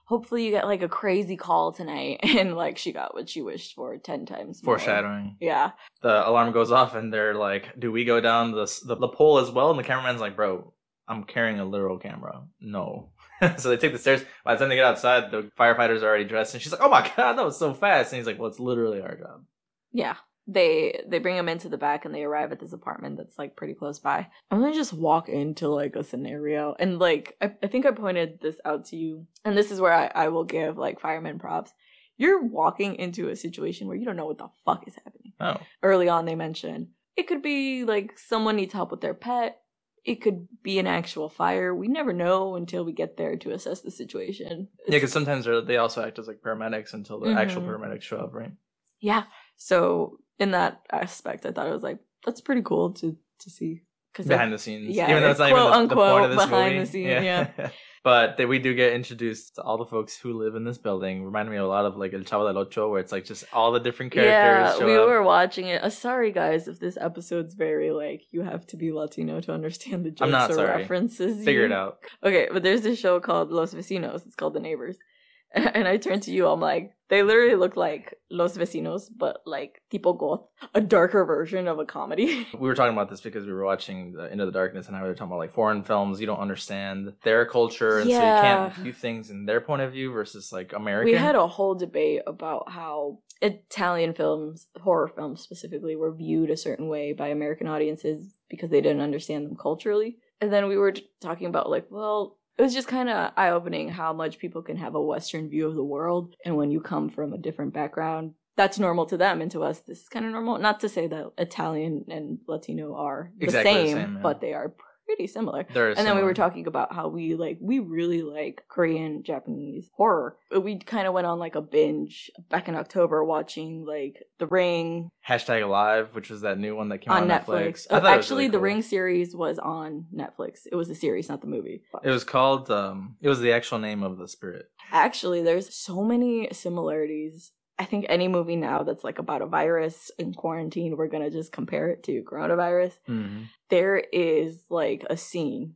Speaker 1: Hopefully, you get like a crazy call tonight. (laughs) And like, she got what she wished for 10 times. more.
Speaker 2: Foreshadowing.
Speaker 1: Yeah.
Speaker 2: The alarm goes off and they're like, "Do we go down the s- the, the pole as well?" And the cameraman's like, "Bro, I'm carrying a literal camera. No." (laughs) so they take the stairs. By the time they get outside, the firefighters are already dressed, and she's like, "Oh my (laughs) god, that was so fast!" And he's like, "Well, it's literally our job."
Speaker 1: Yeah. They they bring him into the back and they arrive at this apartment that's like pretty close by. And they just walk into like a scenario and like I, I think I pointed this out to you and this is where I, I will give like fireman props. You're walking into a situation where you don't know what the fuck is happening.
Speaker 2: Oh,
Speaker 1: Early on they mention it could be like someone needs help with their pet. It could be an actual fire. We never know until we get there to assess the situation.
Speaker 2: yeah, because sometimes they're- they also act as like paramedics until the actual
Speaker 1: Mhm.
Speaker 2: paramedics show up, right?
Speaker 1: yeah so in that aspect i thought it was like that's pretty cool to to see because
Speaker 2: behind the scenes.
Speaker 1: yeah,
Speaker 2: even though it's not
Speaker 1: quote,
Speaker 2: even the, the point of this
Speaker 1: unquote, behind
Speaker 2: movie.
Speaker 1: the scene,
Speaker 2: (laughs) but that we do get introduced to all the folks who live in this building. Reminded me a lot of like El Chavo del Ocho, where it's like just all the different characters.
Speaker 1: yeah
Speaker 2: show
Speaker 1: we
Speaker 2: up.
Speaker 1: were watching it uh, sorry guys if this episode's very like you have to be latino to understand the jokes
Speaker 2: I'm not
Speaker 1: or
Speaker 2: sorry.
Speaker 1: references
Speaker 2: Figure it
Speaker 1: you-
Speaker 2: out.
Speaker 1: okay but there's this show called los vecinos it's called the neighbors (laughs) and i turned to you i'm like they literally look like los vecinos but like tipo goth a darker version of a comedy (laughs)
Speaker 2: We were talking about this because we were watching the Into the Darkness and how they were talking about like foreign films. You don't understand their culture, and so you can't
Speaker 1: Yeah.
Speaker 2: view things in their point of view versus like American.
Speaker 1: We had a whole debate about how Italian films, horror films specifically, were viewed a certain way by American audiences because they didn't understand them culturally. And then we were t- talking about, like, well, it was just kind of eye opening how much people can have a Western view of the world. And when you come from a different background, that's normal to them. And to us, this is kind of normal. Not to say that Italian and Latino are the
Speaker 2: Exactly the
Speaker 1: same,
Speaker 2: same, yeah.
Speaker 1: but they are pretty similar
Speaker 2: They're
Speaker 1: and then we
Speaker 2: similar.
Speaker 1: were talking about how we like we really like korean japanese horror But we kind of went on like a binge back in october watching like the ring
Speaker 2: hashtag Alive, which was that new one that came
Speaker 1: on
Speaker 2: out
Speaker 1: netflix,
Speaker 2: I
Speaker 1: Uh,
Speaker 2: thought it was
Speaker 1: actually
Speaker 2: really
Speaker 1: the
Speaker 2: cool.
Speaker 1: ring series was on netflix it was the series not the movie
Speaker 2: It was called. Um, it was the actual name of the spirit.
Speaker 1: actually there's so many similarities i think any movie now that's like about a virus in quarantine we're gonna just compare it to coronavirus
Speaker 2: Mm-hmm.
Speaker 1: there is like a scene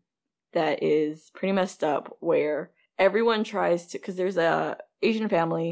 Speaker 1: that is pretty messed up where everyone tries to because there's a Asian family.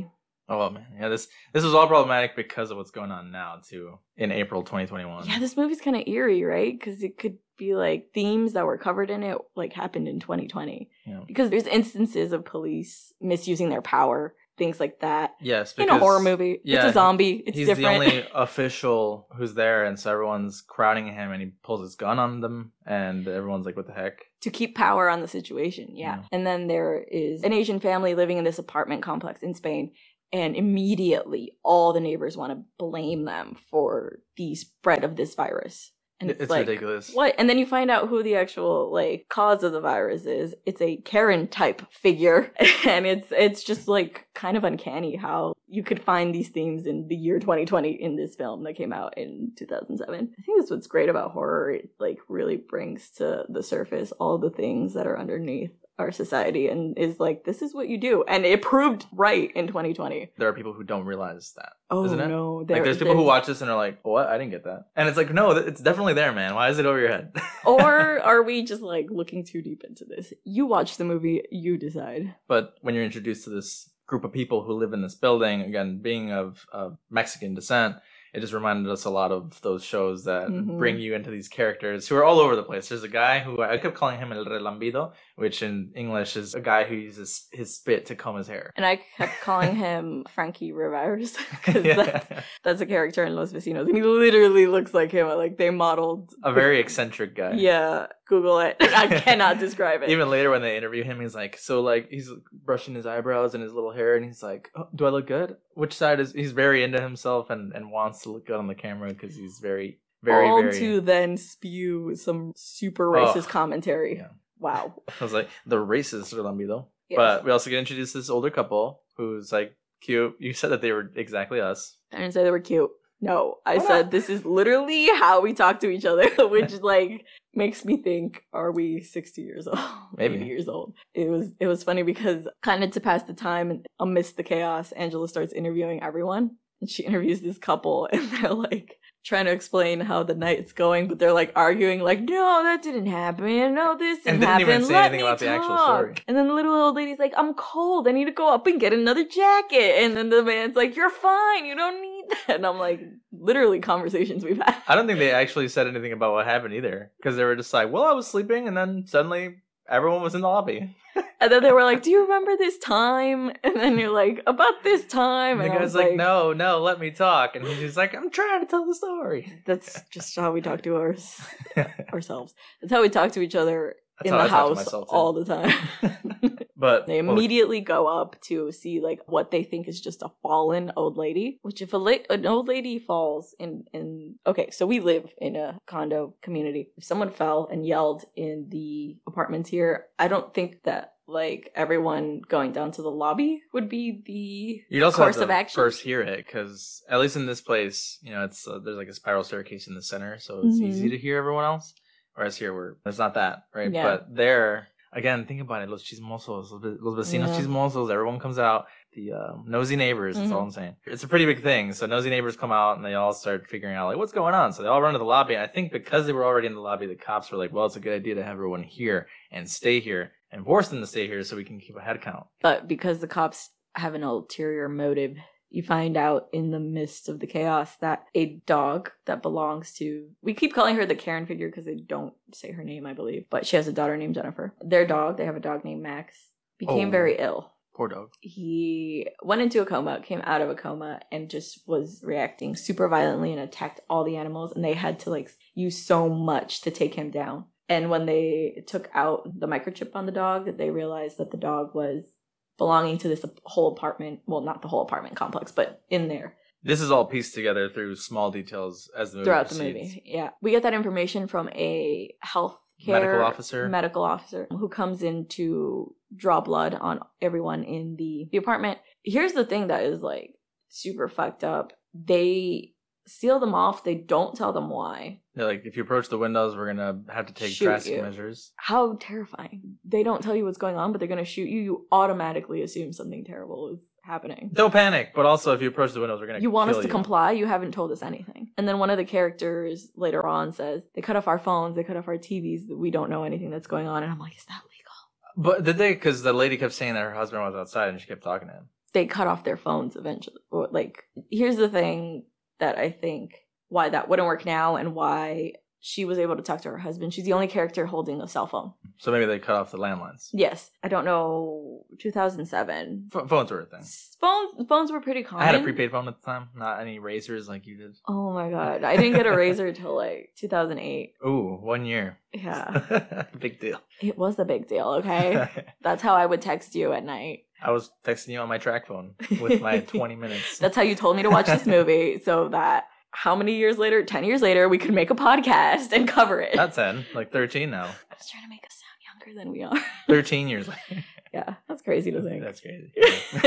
Speaker 2: Oh man, yeah. This this was all problematic because of what's going on now too. In April 2021.
Speaker 1: Yeah, this movie's kind of eerie, right? Because it could be like themes that were covered in it like happened in 2020
Speaker 2: Yeah.
Speaker 1: because there's instances of police misusing their power, things like that.
Speaker 2: Yes,
Speaker 1: in a
Speaker 2: because
Speaker 1: horror movie, it's
Speaker 2: yeah,
Speaker 1: a zombie. It's
Speaker 2: he's
Speaker 1: different.
Speaker 2: the only official who's there, and so everyone's crowding him, and he pulls his gun on them, and everyone's like, "What the heck?"
Speaker 1: to keep power on the situation. Yeah.
Speaker 2: Yeah.
Speaker 1: And then there is an Asian family living in this apartment complex in Spain. And immediately, all the neighbors want to blame them for the spread of this virus. And
Speaker 2: It's,
Speaker 1: it's, like,
Speaker 2: ridiculous.
Speaker 1: What? And then you find out who the actual like cause of the virus is. It's a Karen type figure, (laughs) and it's it's just like kind of uncanny how you could find these themes in the year 2020 in this film that came out in 2007. I think that's what's great about horror. It like really brings to the surface all the things that are underneath our society and is like this is what you do and it proved right in 2020
Speaker 2: There are people who don't realize that.
Speaker 1: oh
Speaker 2: Isn't it?
Speaker 1: no
Speaker 2: like,
Speaker 1: there-
Speaker 2: there's people who watch this and are like, "What? I didn't get that." And it's like, no, th- it's definitely there, man. Why is it over your head? (laughs)
Speaker 1: or are we just like looking too deep into this you watch the movie you decide
Speaker 2: but when you're introduced to this group of people who live in this building, again, being of, of Mexican descent, it just reminded us a lot of those shows that
Speaker 1: Mhm.
Speaker 2: bring you into these characters who are all over the place. There's a guy who I kept calling him El Relambido, which in English is a guy who uses his spit to comb his
Speaker 1: (laughs)
Speaker 2: hair.
Speaker 1: And I kept calling him Frankie Rivers (laughs) because
Speaker 2: Yeah.
Speaker 1: that's, that's a character in Los Vecinos, and he literally looks like him. Like they modeled.
Speaker 2: (laughs) A very eccentric guy.
Speaker 1: Yeah, Google it. (laughs) I cannot describe it.
Speaker 2: (laughs) Even later when they interview him, he's like, so like he's brushing his eyebrows and his little hair, and he's like, oh, "Do I look good?" Which side is he's very into himself and and wants to look good on the camera because he's very very
Speaker 1: all
Speaker 2: very.
Speaker 1: to then spew some super
Speaker 2: Oh,
Speaker 1: racist commentary.
Speaker 2: yeah.
Speaker 1: Wow.
Speaker 2: (laughs) I was like the racist Relambido.
Speaker 1: Yes.
Speaker 2: But we also get introduced to this older couple who's like cute. You said that they were exactly us.
Speaker 1: I didn't say they were cute. No, I
Speaker 2: Why
Speaker 1: said
Speaker 2: not?
Speaker 1: this is literally how we talk to each other, (laughs) which like makes me think: Are we sixty years old? (laughs)
Speaker 2: Maybe.
Speaker 1: 80 years old. It was it was funny because kind of to pass the time and amidst the chaos, Angela starts interviewing everyone, and she (laughs) interviews this couple, (laughs) and they're like trying to explain how the night's going, but they're like arguing, like, "No, that didn't happen. No, this didn't
Speaker 2: And didn't
Speaker 1: happen.
Speaker 2: even say
Speaker 1: Let
Speaker 2: anything
Speaker 1: me talk."
Speaker 2: about the actual story.
Speaker 1: And then the little old lady's like, I'm cold. I need to go up and get another jacket. And then the man's like, You're fine. You don't need (laughs) that. And I'm like, literally conversations we've had.
Speaker 2: I don't think they actually said anything about what happened either because they were just like, "Well, I was sleeping, and then suddenly everyone was in the lobby."
Speaker 1: And then they were like, Do you remember this time? (laughs) And then you're like, About this time.
Speaker 2: And the
Speaker 1: And I
Speaker 2: guy's
Speaker 1: was
Speaker 2: like,
Speaker 1: like,
Speaker 2: "No, no, let me talk," and he's just like, "I'm trying to tell the story."
Speaker 1: That's just how we talk to our,
Speaker 2: (laughs)
Speaker 1: ourselves. That's how we talk to each other in the
Speaker 2: That's how I talk to
Speaker 1: house
Speaker 2: myself, too.
Speaker 1: all the time.
Speaker 2: (laughs) But
Speaker 1: They
Speaker 2: well,
Speaker 1: immediately go up to see like what they think is just a fallen old lady. Which if a la- an old lady falls in in okay, so we live in a condo community. If someone fell and yelled in the apartments here, I don't think that like everyone going down to the lobby would be the
Speaker 2: you'd also
Speaker 1: course
Speaker 2: have
Speaker 1: of
Speaker 2: to
Speaker 1: action.
Speaker 2: first hear it because at least in this place, you know, it's uh, there's like a spiral staircase in the center, so it's
Speaker 1: Mhm.
Speaker 2: easy to hear everyone else. Whereas here, we're it's not that right.
Speaker 1: Yeah.
Speaker 2: But there, again, think about it. Los chismosos, los ve- los vecinos
Speaker 1: Yeah. Mm-hmm.
Speaker 2: chismosos. Everyone comes out. The uh, nosy neighbors. That's all I'm saying. It's a pretty big thing. So nosy neighbors come out and they all start figuring out like what's going on. So they all run to the lobby. I think because they were already in the lobby, the cops were like, "Well, it's a good idea to have everyone here and stay here." And force them to stay here so we can keep a head count.
Speaker 1: But because the cops have an ulterior motive, you find out in the midst of the chaos that a dog that belongs to we keep calling her the Karen figure because they don't say her name, I believe. But she has a daughter named Jennifer. Their dog, they have a dog named Max, became
Speaker 2: Oh.
Speaker 1: very ill.
Speaker 2: Poor dog.
Speaker 1: He went into a coma, came out of a coma, and just was reacting super violently and attacked all the animals. And they had to like use so much to take him down. And when they took out the microchip on the dog, they realized that the dog was belonging to this whole apartment. Well, not the whole apartment complex, but in there
Speaker 2: This is all pieced together through small details as the movie
Speaker 1: throughout the
Speaker 2: proceeds.
Speaker 1: movie. Yeah. We get that information from a health care
Speaker 2: Medical officer.
Speaker 1: medical officer who comes in to draw blood on everyone in the, the apartment. Here's the thing that is like super fucked up. They seal them off, they don't tell them why.
Speaker 2: They're like, if you approach the windows, we're gonna have to take
Speaker 1: Shoot
Speaker 2: drastic
Speaker 1: you.
Speaker 2: measures.
Speaker 1: How terrifying. They don't tell you what's going on, but they're going to shoot you. You automatically assume something terrible is happening.
Speaker 2: Don't panic, but also if you approach the windows, we're gonna.
Speaker 1: You want us
Speaker 2: kill
Speaker 1: to
Speaker 2: you.
Speaker 1: comply? You haven't told us anything. And then one of the characters later on says, They cut off our phones, they cut off our TVs, we don't know anything that's going on. And I'm like, Is that legal?
Speaker 2: But did they? Because the lady kept saying that her husband was outside and she kept talking to him.
Speaker 1: They cut off their phones eventually. Or, Like, here's the thing that I think why that wouldn't work now and why she was able to talk to her husband. She's the only character holding a cell phone.
Speaker 2: So maybe they cut off the landlines.
Speaker 1: Yes, I don't know. 2007.
Speaker 2: Ph phones were a thing.
Speaker 1: S- Phones, phones were pretty common.
Speaker 2: I had a prepaid phone at the time, not any razors like you did.
Speaker 1: Oh my god, I didn't get a razor (laughs) till like 2008.
Speaker 2: Ooh, one year.
Speaker 1: Yeah,
Speaker 2: (laughs) Big deal.
Speaker 1: it was a big deal.
Speaker 2: (laughs)
Speaker 1: Okay, that's how I would text you at night.
Speaker 2: I was texting you on my track phone
Speaker 1: (laughs)
Speaker 2: with my 20 minutes.
Speaker 1: That's how you told me to watch this movie, so that how many years later, ten years later, we could make a podcast and cover it.
Speaker 2: Not 10, like 13 now.
Speaker 1: I was trying to make us sound younger than we are.
Speaker 2: 13 years later.
Speaker 1: (laughs) yeah, that's crazy to think.
Speaker 2: That's crazy. (laughs)
Speaker 1: (laughs)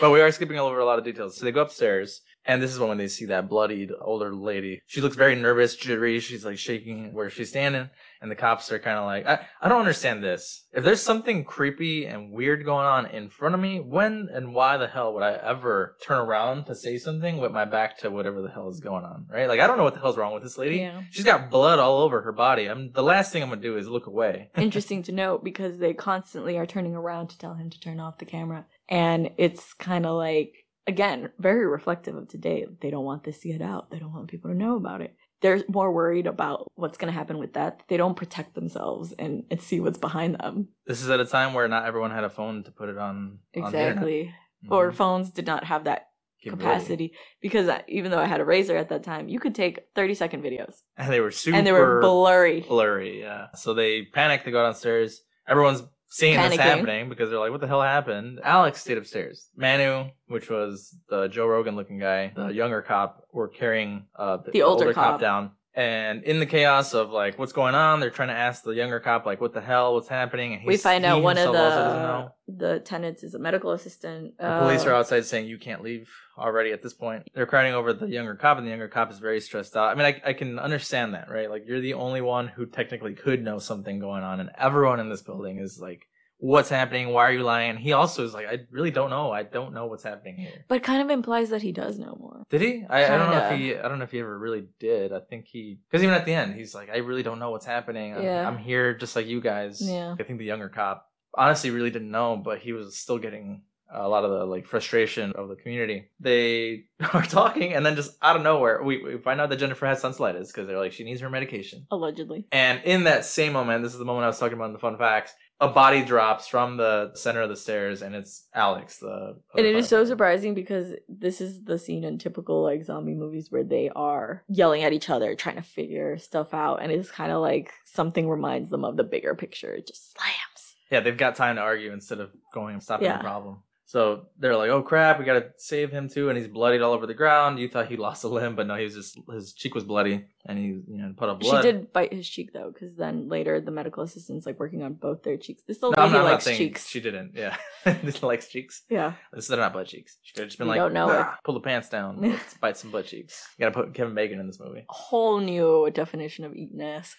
Speaker 2: but we are skipping over a lot of details. So they go upstairs, and this is when they see that bloodied older lady. She looks very nervous, jittery. She's like shaking where she's standing, and the cops are kind of like, I, I don't understand this. If there's something creepy and weird going on in front of me, when and why the hell would I ever turn around to say something with my back to whatever the hell is going on, right? Like, I don't know what the hell's wrong with this lady.
Speaker 1: yeah.
Speaker 2: She's got blood all over her body. I'm the last thing I'm gonna do is look away.
Speaker 1: Interesting to note because they constantly are turning around to tell him to turn off the camera, and it's kind of like again very reflective of today. They don't want this to get out. They don't want people to know about it. They're more worried about what's going to happen with that. They don't protect themselves and, and see what's behind them.
Speaker 2: This is at a time where not everyone had a phone to put it on. on the internet.
Speaker 1: Exactly. Or
Speaker 2: Mhm.
Speaker 1: phones did not have that
Speaker 2: Capability.
Speaker 1: capacity because I, even though I had a razor at that time, you could take 30 second videos
Speaker 2: and they were super
Speaker 1: and they were blurry.
Speaker 2: blurry. Yeah, so they panic. They go downstairs. Everyone's seeing this
Speaker 1: Panicking.
Speaker 2: happening because they're like, "What the hell happened?" Alex stayed upstairs. Manu, which was the Joe Rogan looking guy, the younger cop, were carrying uh,
Speaker 1: Mm-hmm. The older cop.
Speaker 2: down. And in the chaos of like what's going on, they're trying to ask the younger cop like, "What the hell? What's happening?" And
Speaker 1: we
Speaker 2: he's-
Speaker 1: find out
Speaker 2: he
Speaker 1: one of
Speaker 2: himself also doesn't know.
Speaker 1: the the tenants is a medical assistant. uh,
Speaker 2: The police are outside saying you can't leave already at this point. They're crying over the younger cop, and the younger cop is very stressed out. I mean, I, I can understand that, right? Like, you're the only one who technically could know something going on, and everyone in this building is like, what's happening? Why are you lying? He also is like, I really don't know. I don't know what's happening here.
Speaker 1: but kind of implies that he does know more.
Speaker 2: Did he? I, I don't know if
Speaker 1: Kinda.
Speaker 2: he. I don't know if he ever really did. I think he, because even at the end, he's like, I really don't know what's happening. I'm,
Speaker 1: Yeah.
Speaker 2: I'm here just like you guys.
Speaker 1: Yeah.
Speaker 2: I think the younger cop honestly really didn't know, but he was still getting a lot of the like frustration of the community. They (laughs) are talking, and then just out of nowhere, we, we find out that Jennifer has tonsillitis because they're like, she needs her medication.
Speaker 1: Allegedly.
Speaker 2: And in that same moment, this is the moment I was talking about in the fun facts. A body drops from the center of the stairs, and it's Alex. The
Speaker 1: And it is so
Speaker 2: other firefighter.
Speaker 1: surprising because this is the scene in typical like zombie movies where they are yelling at each other, trying to figure stuff out, and it's kind of like something reminds them of the bigger picture. It just slams.
Speaker 2: Yeah, they've got time to argue instead of going and stopping
Speaker 1: Yeah.
Speaker 2: the problem. So they're like, "Oh crap, we gotta save him too," and he's bloodied all over the ground. You thought he lost a limb, but no, he was just his cheek was bloody, and he you know put up blood.
Speaker 1: She did bite his cheek though, because then later the medical assistant's like working on both their cheeks. This
Speaker 2: No,
Speaker 1: old
Speaker 2: I'm
Speaker 1: lady
Speaker 2: not, I'm not
Speaker 1: likes
Speaker 2: saying
Speaker 1: cheeks.
Speaker 2: she didn't. Yeah, (laughs) this likes cheeks.
Speaker 1: yeah,
Speaker 2: This they're not butt cheeks. She could have just been
Speaker 1: You
Speaker 2: like,
Speaker 1: don't know
Speaker 2: "Ah, pull the
Speaker 1: (laughs)
Speaker 2: pants down, let's bite some butt cheeks. You gotta put Kevin Bacon in this movie. (laughs)
Speaker 1: whole new definition of eating ass.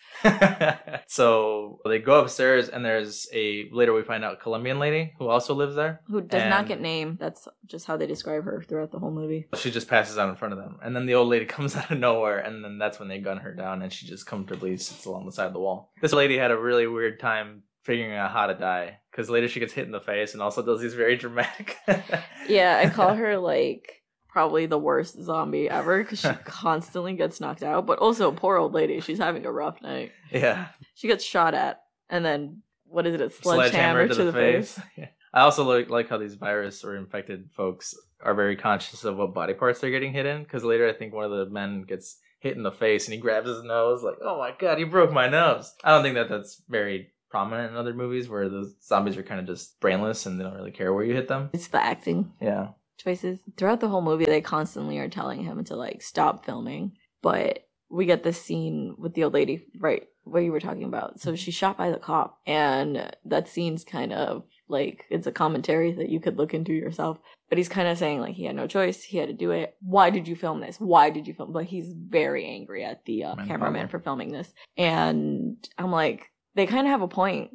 Speaker 2: so they go upstairs, and there's a later we find out Colombian lady who also lives there.
Speaker 1: Who does not
Speaker 2: And-
Speaker 1: get named? That's just how they describe her throughout the whole movie.
Speaker 2: She just passes out in front of them. And then the old lady (laughs) comes out of nowhere, and then that's when they gun her down, and she just comfortably sits along the side of the wall. This lady had a really weird time figuring out how to die, because later she gets hit in the face and also does these very dramatic. (laughs)
Speaker 1: Yeah, I (laughs) call her like probably the worst zombie ever because (laughs) she constantly gets knocked out. But also, poor old lady, she's having a rough night.
Speaker 2: yeah.
Speaker 1: She gets shot at, and then what is it? A
Speaker 2: Sledgehammer
Speaker 1: sledgehammer to, the face.
Speaker 2: (laughs) Yeah. I also like, like how these virus or infected folks are very conscious of what body parts they're getting hit in, because later I think one of the men gets hit in the face and he grabs his nose, like, oh my god, you broke my nose. I don't think that that's very prominent in other movies where the zombies are kind of just brainless and they don't really care where you hit them.
Speaker 1: It's the acting
Speaker 2: Yeah. (laughs)
Speaker 1: choices throughout the whole movie. They constantly are telling him to like stop filming, but we get this scene with the old lady right where you were talking about. So she's shot by the cop, and that scene's kind of like it's a commentary that you could look into yourself. But he's kind of saying like he had no choice, he had to do it. Why did you film this? Why did you film? But he's very angry at the uh,
Speaker 2: Man,
Speaker 1: cameraman
Speaker 2: probably.
Speaker 1: for filming this, and I'm like they kind of have a point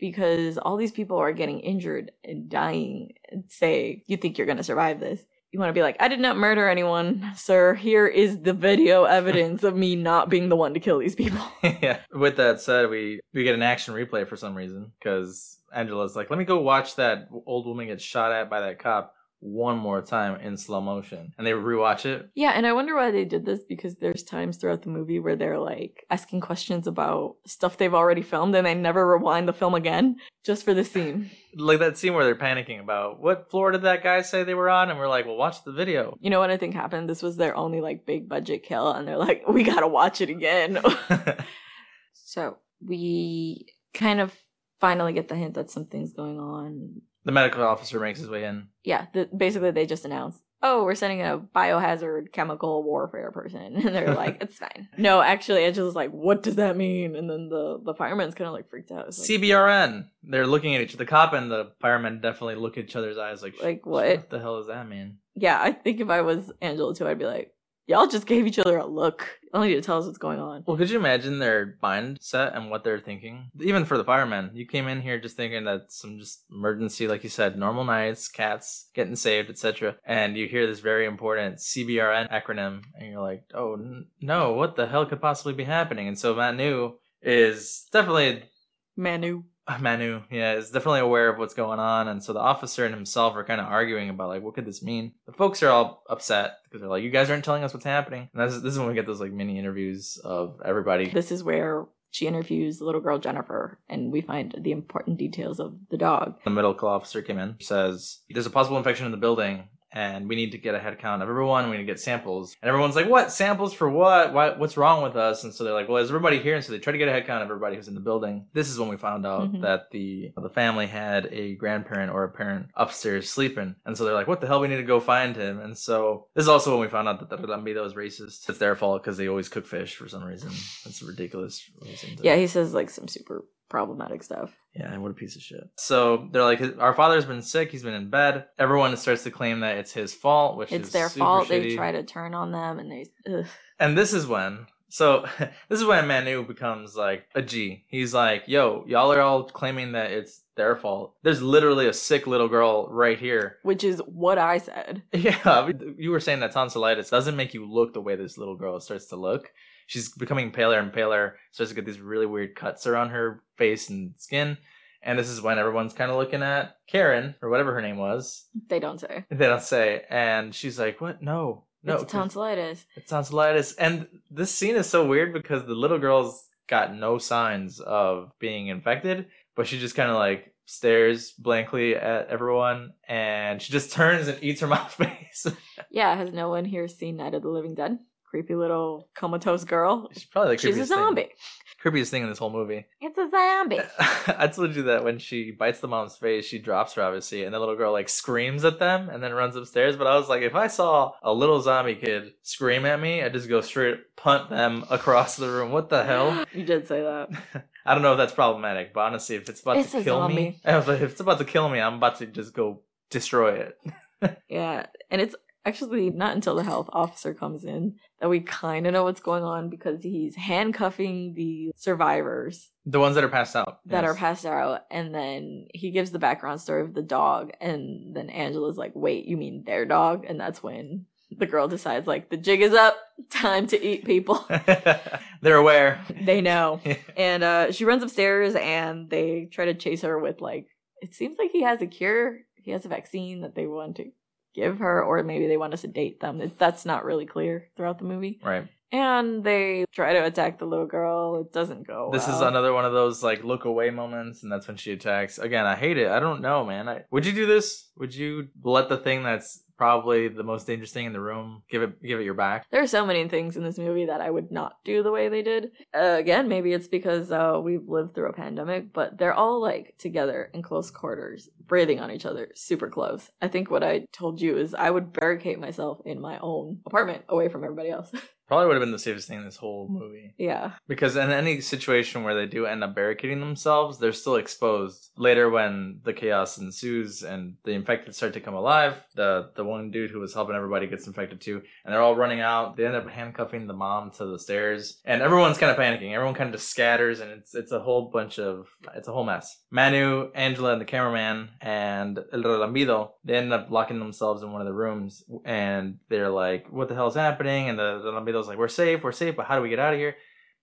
Speaker 1: because all these people are getting injured and dying. And say you think you're gonna survive this. you want to be like, I did not murder anyone, sir. Here is the video evidence of me not being the one to kill these people. (laughs)
Speaker 2: yeah. With that said, we we get an action replay for some reason because Angela's like, "Let me go watch that old woman get shot at by that cop one more time in slow motion," and they rewatch it.
Speaker 1: Yeah, and I wonder why they did this because there's times throughout the movie where they're like asking questions about stuff they've already filmed and they never rewind the film again just for the scene.
Speaker 2: Like that scene where they're panicking about what floor did that guy say they were on, and we're like, "Well, watch the video." (laughs)
Speaker 1: You know what I think happened? This was their only like big budget kill, and they're like, "We gotta watch it again." (laughs) so we kind of finally get the hint that something's going on.
Speaker 2: The medical officer makes his way in.
Speaker 1: Yeah, the, basically they just announced, "Oh, we're sending a biohazard chemical warfare person," (laughs) and they're like, "It's fine." (laughs) No, actually, Angela's like, "What does that mean?" And then the the fireman's kind of like freaked out. It's like,
Speaker 2: CBRN. They're looking at each. The cop and the fireman definitely look at each other's eyes, like,
Speaker 1: Like
Speaker 2: "Sh-
Speaker 1: what?"
Speaker 2: the hell is that, man?"
Speaker 1: yeah, I think if I was Angela too, I'd be like, "Y'all just gave each other a look. Y'all need to tell us what's going on."
Speaker 2: Well, could you imagine their mindset and what they're thinking? Even for the firemen, you came in here just thinking that some just emergency, like you said, normal nights, cats getting saved, etc. And you hear this very important CBRN acronym, and you're like, "Oh n- no, what the hell could possibly be happening?" And so Manu is definitely
Speaker 1: Manu.
Speaker 2: Manu, yeah, is definitely aware of what's going on, and so the officer and himself are kind of arguing about like, what could this mean? The folks are all upset because they're like, you guys aren't telling us what's happening. And this is, this is when we get those like mini interviews of everybody.
Speaker 1: This is where she interviews the little girl Jennifer, and we find the important details of the dog.
Speaker 2: The medical officer came in, says, there's a possible infection in the building. And we need to get a head count of everyone. We need to get samples. And everyone's like, "What samples for what? Why, what's wrong with us?" And so they're like, "Well, is everybody here?" And so they try to get a head count of everybody who's in the building. This is when we found out
Speaker 1: Mhm.
Speaker 2: that the the family had a grandparent or a parent upstairs sleeping. And so they're like, "What the hell? We need to go find him." And so this is also when we found out that the Lambida was racist. It's their fault because they always cook fish for some reason. It's a ridiculous reason. To
Speaker 1: Yeah, he says like some super problematic stuff.
Speaker 2: yeah, what a piece of shit. So they're like, our father's been sick. He's been in bed. Everyone starts to claim that it's his fault, which
Speaker 1: It's
Speaker 2: is
Speaker 1: their
Speaker 2: super
Speaker 1: fault. They
Speaker 2: shitty.
Speaker 1: try to turn on them, and they. Ugh.
Speaker 2: And this is when, so (laughs) this is when Manu becomes like a G. He's like, yo, y'all are all claiming that it's their fault. There's literally a sick little girl right here.
Speaker 1: Which is what I said.
Speaker 2: (laughs) Yeah, I mean, you were saying that tonsillitis doesn't make you look the way this little girl starts to look. She's becoming paler and paler, starts to get these really weird cuts around her face and skin. And this is when everyone's kind of looking at Karen, or whatever her name was. (laughs)
Speaker 1: They don't say.
Speaker 2: They don't say. And she's like, What? No, no.
Speaker 1: it's tonsillitis.
Speaker 2: it's tonsillitis. And this scene is so weird because the little girl's got no signs of being infected, but she just kind of like stares blankly at everyone and she just turns and eats her (laughs) mouth face.
Speaker 1: Yeah, has no one here seen Night of the Living Dead? Creepy little comatose girl.
Speaker 2: She's probably the creepiest
Speaker 1: She's a zombie.
Speaker 2: Thing. Creepiest thing in this whole movie. (laughs)
Speaker 1: It's a zombie.
Speaker 2: I told you that when she bites the mom's face, she drops her obviously, and the little girl like screams at them and then runs upstairs. But I was like, if I saw a little zombie kid scream at me, I'd just go straight punt them (laughs) across the room. What the
Speaker 1: (gasps)
Speaker 2: hell?
Speaker 1: You did say that.
Speaker 2: I don't know if that's problematic, but honestly, if it's about
Speaker 1: It's
Speaker 2: to
Speaker 1: a
Speaker 2: kill me,
Speaker 1: zombie.
Speaker 2: I was like, (laughs) if it's about to kill me, I'm about to just go destroy it.
Speaker 1: Yeah, and it's actually not until the health officer comes in that we kind of know what's going on because he's handcuffing the survivors
Speaker 2: The ones that are passed out.
Speaker 1: that
Speaker 2: yes.
Speaker 1: are passed out, and then he gives the background story of the dog, and then Angela's like, "Wait, you mean their dog?" And that's when the girl decides, like, the jig is up, time to eat people.
Speaker 2: (laughs) They're aware.
Speaker 1: they
Speaker 2: (laughs)
Speaker 1: know, and uh, she runs upstairs, and they try to chase her with like, it seems like he has a cure, he has a vaccine that they want to give her, or maybe they want to sedate them. It- That's not really clear throughout the movie.
Speaker 2: right.
Speaker 1: And they try to attack the little girl. It doesn't go.
Speaker 2: This is
Speaker 1: well.
Speaker 2: another one of those like look away moments, and that's when she attacks. Again, I hate it. I don't know, man. I, would you do this? Would you let the thing that's probably the most dangerous thing in the room give it give it your back?
Speaker 1: There are so many things in this movie that I would not do the way they did. Uh, again, maybe it's because uh, we've lived through a pandemic, but they're all like together in close quarters, breathing on each other, super close. I think what I told you is I would barricade myself in my own apartment away from everybody else. (laughs)
Speaker 2: Probably would have been the safest thing in this whole movie.
Speaker 1: Yeah.
Speaker 2: Because in any situation where they do end up barricading themselves, they're still exposed. Later when the chaos ensues and the infected start to come alive, the the one dude who was helping everybody gets infected too, and they're all running out. They end up handcuffing the mom to the stairs. And everyone's kinda panicking. Everyone kinda just scatters and it's it's a whole bunch of it's a whole mess. Manu, Angela and the cameraman and El Relambido, they end up locking themselves in one of the rooms and they're like, What the hell's happening? And the Relambido's like, We're safe, we're safe, but how do we get out of here?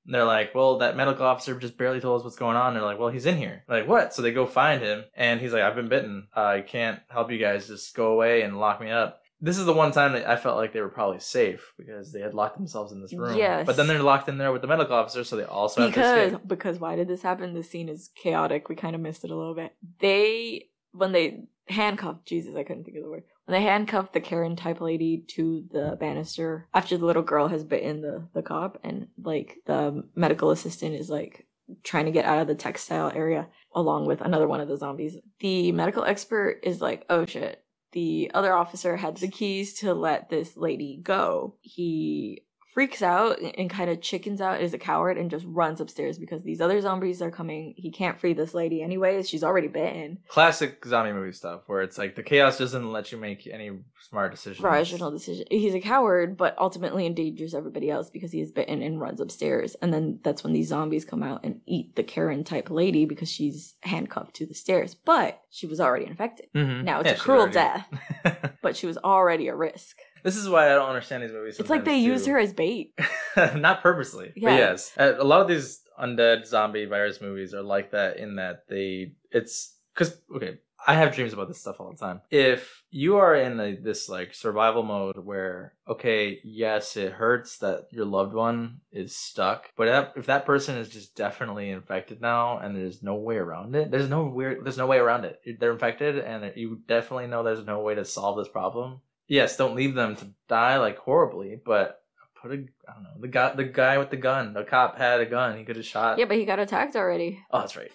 Speaker 2: And they're like, well, that medical officer just barely told us what's going on. And they're like, well, he's in here. They're like, what? So they go find him, and he's like, I've been bitten. I can't help you guys. Just go away and lock me up. This is the one time that I felt like they were probably safe because they had locked themselves in this room.
Speaker 1: Yes.
Speaker 2: But then they're locked in there with the medical officer, so they also have to
Speaker 1: because
Speaker 2: escape.
Speaker 1: because why did this happen? This scene is chaotic. We kind of missed it a little bit. They when they handcuffed Jesus, I couldn't think of the word. When they handcuffed the Karen type lady to the banister after the little girl has bitten the the cop, and like the medical assistant is like trying to get out of the textile area along with another one of the zombies. The medical expert is like, oh shit. The other officer had the keys to let this lady go. He freaks out and kind of chickens out is a coward and just runs upstairs because these other zombies are coming. He can't free this lady anyways. She's already bitten.
Speaker 2: Classic zombie movie stuff where it's like the chaos doesn't let you make any smart decisions.
Speaker 1: Rational decision. He's a coward, but ultimately endangers everybody else because he is bitten and runs upstairs. And then that's when these zombies come out and eat the Karen type lady because she's handcuffed to the stairs. But she was already infected.
Speaker 2: Mhm.
Speaker 1: Now it's
Speaker 2: Yeah,
Speaker 1: a
Speaker 2: she
Speaker 1: cruel
Speaker 2: already-
Speaker 1: death,
Speaker 2: (laughs)
Speaker 1: (laughs) but she was already a risk.
Speaker 2: this is why I don't understand these movies.
Speaker 1: It's like they
Speaker 2: sometimes,
Speaker 1: used
Speaker 2: too.
Speaker 1: her as bait.
Speaker 2: (laughs) not purposely
Speaker 1: Yeah.
Speaker 2: but yes Uh, a lot of these undead zombie virus movies are like that in that they it's because okay i have dreams about this stuff all the time if you are in a, this like survival mode where okay yes it hurts that your loved one is stuck but that, if that person is just definitely infected now and there's no way around it there's no weird there's no way around it they're infected and you definitely know there's no way to solve this problem yes don't leave them to die like horribly but put a I don't know the guy the guy with the gun the cop had a gun he could have shot
Speaker 1: Yeah, but he got attacked already.
Speaker 2: oh that's right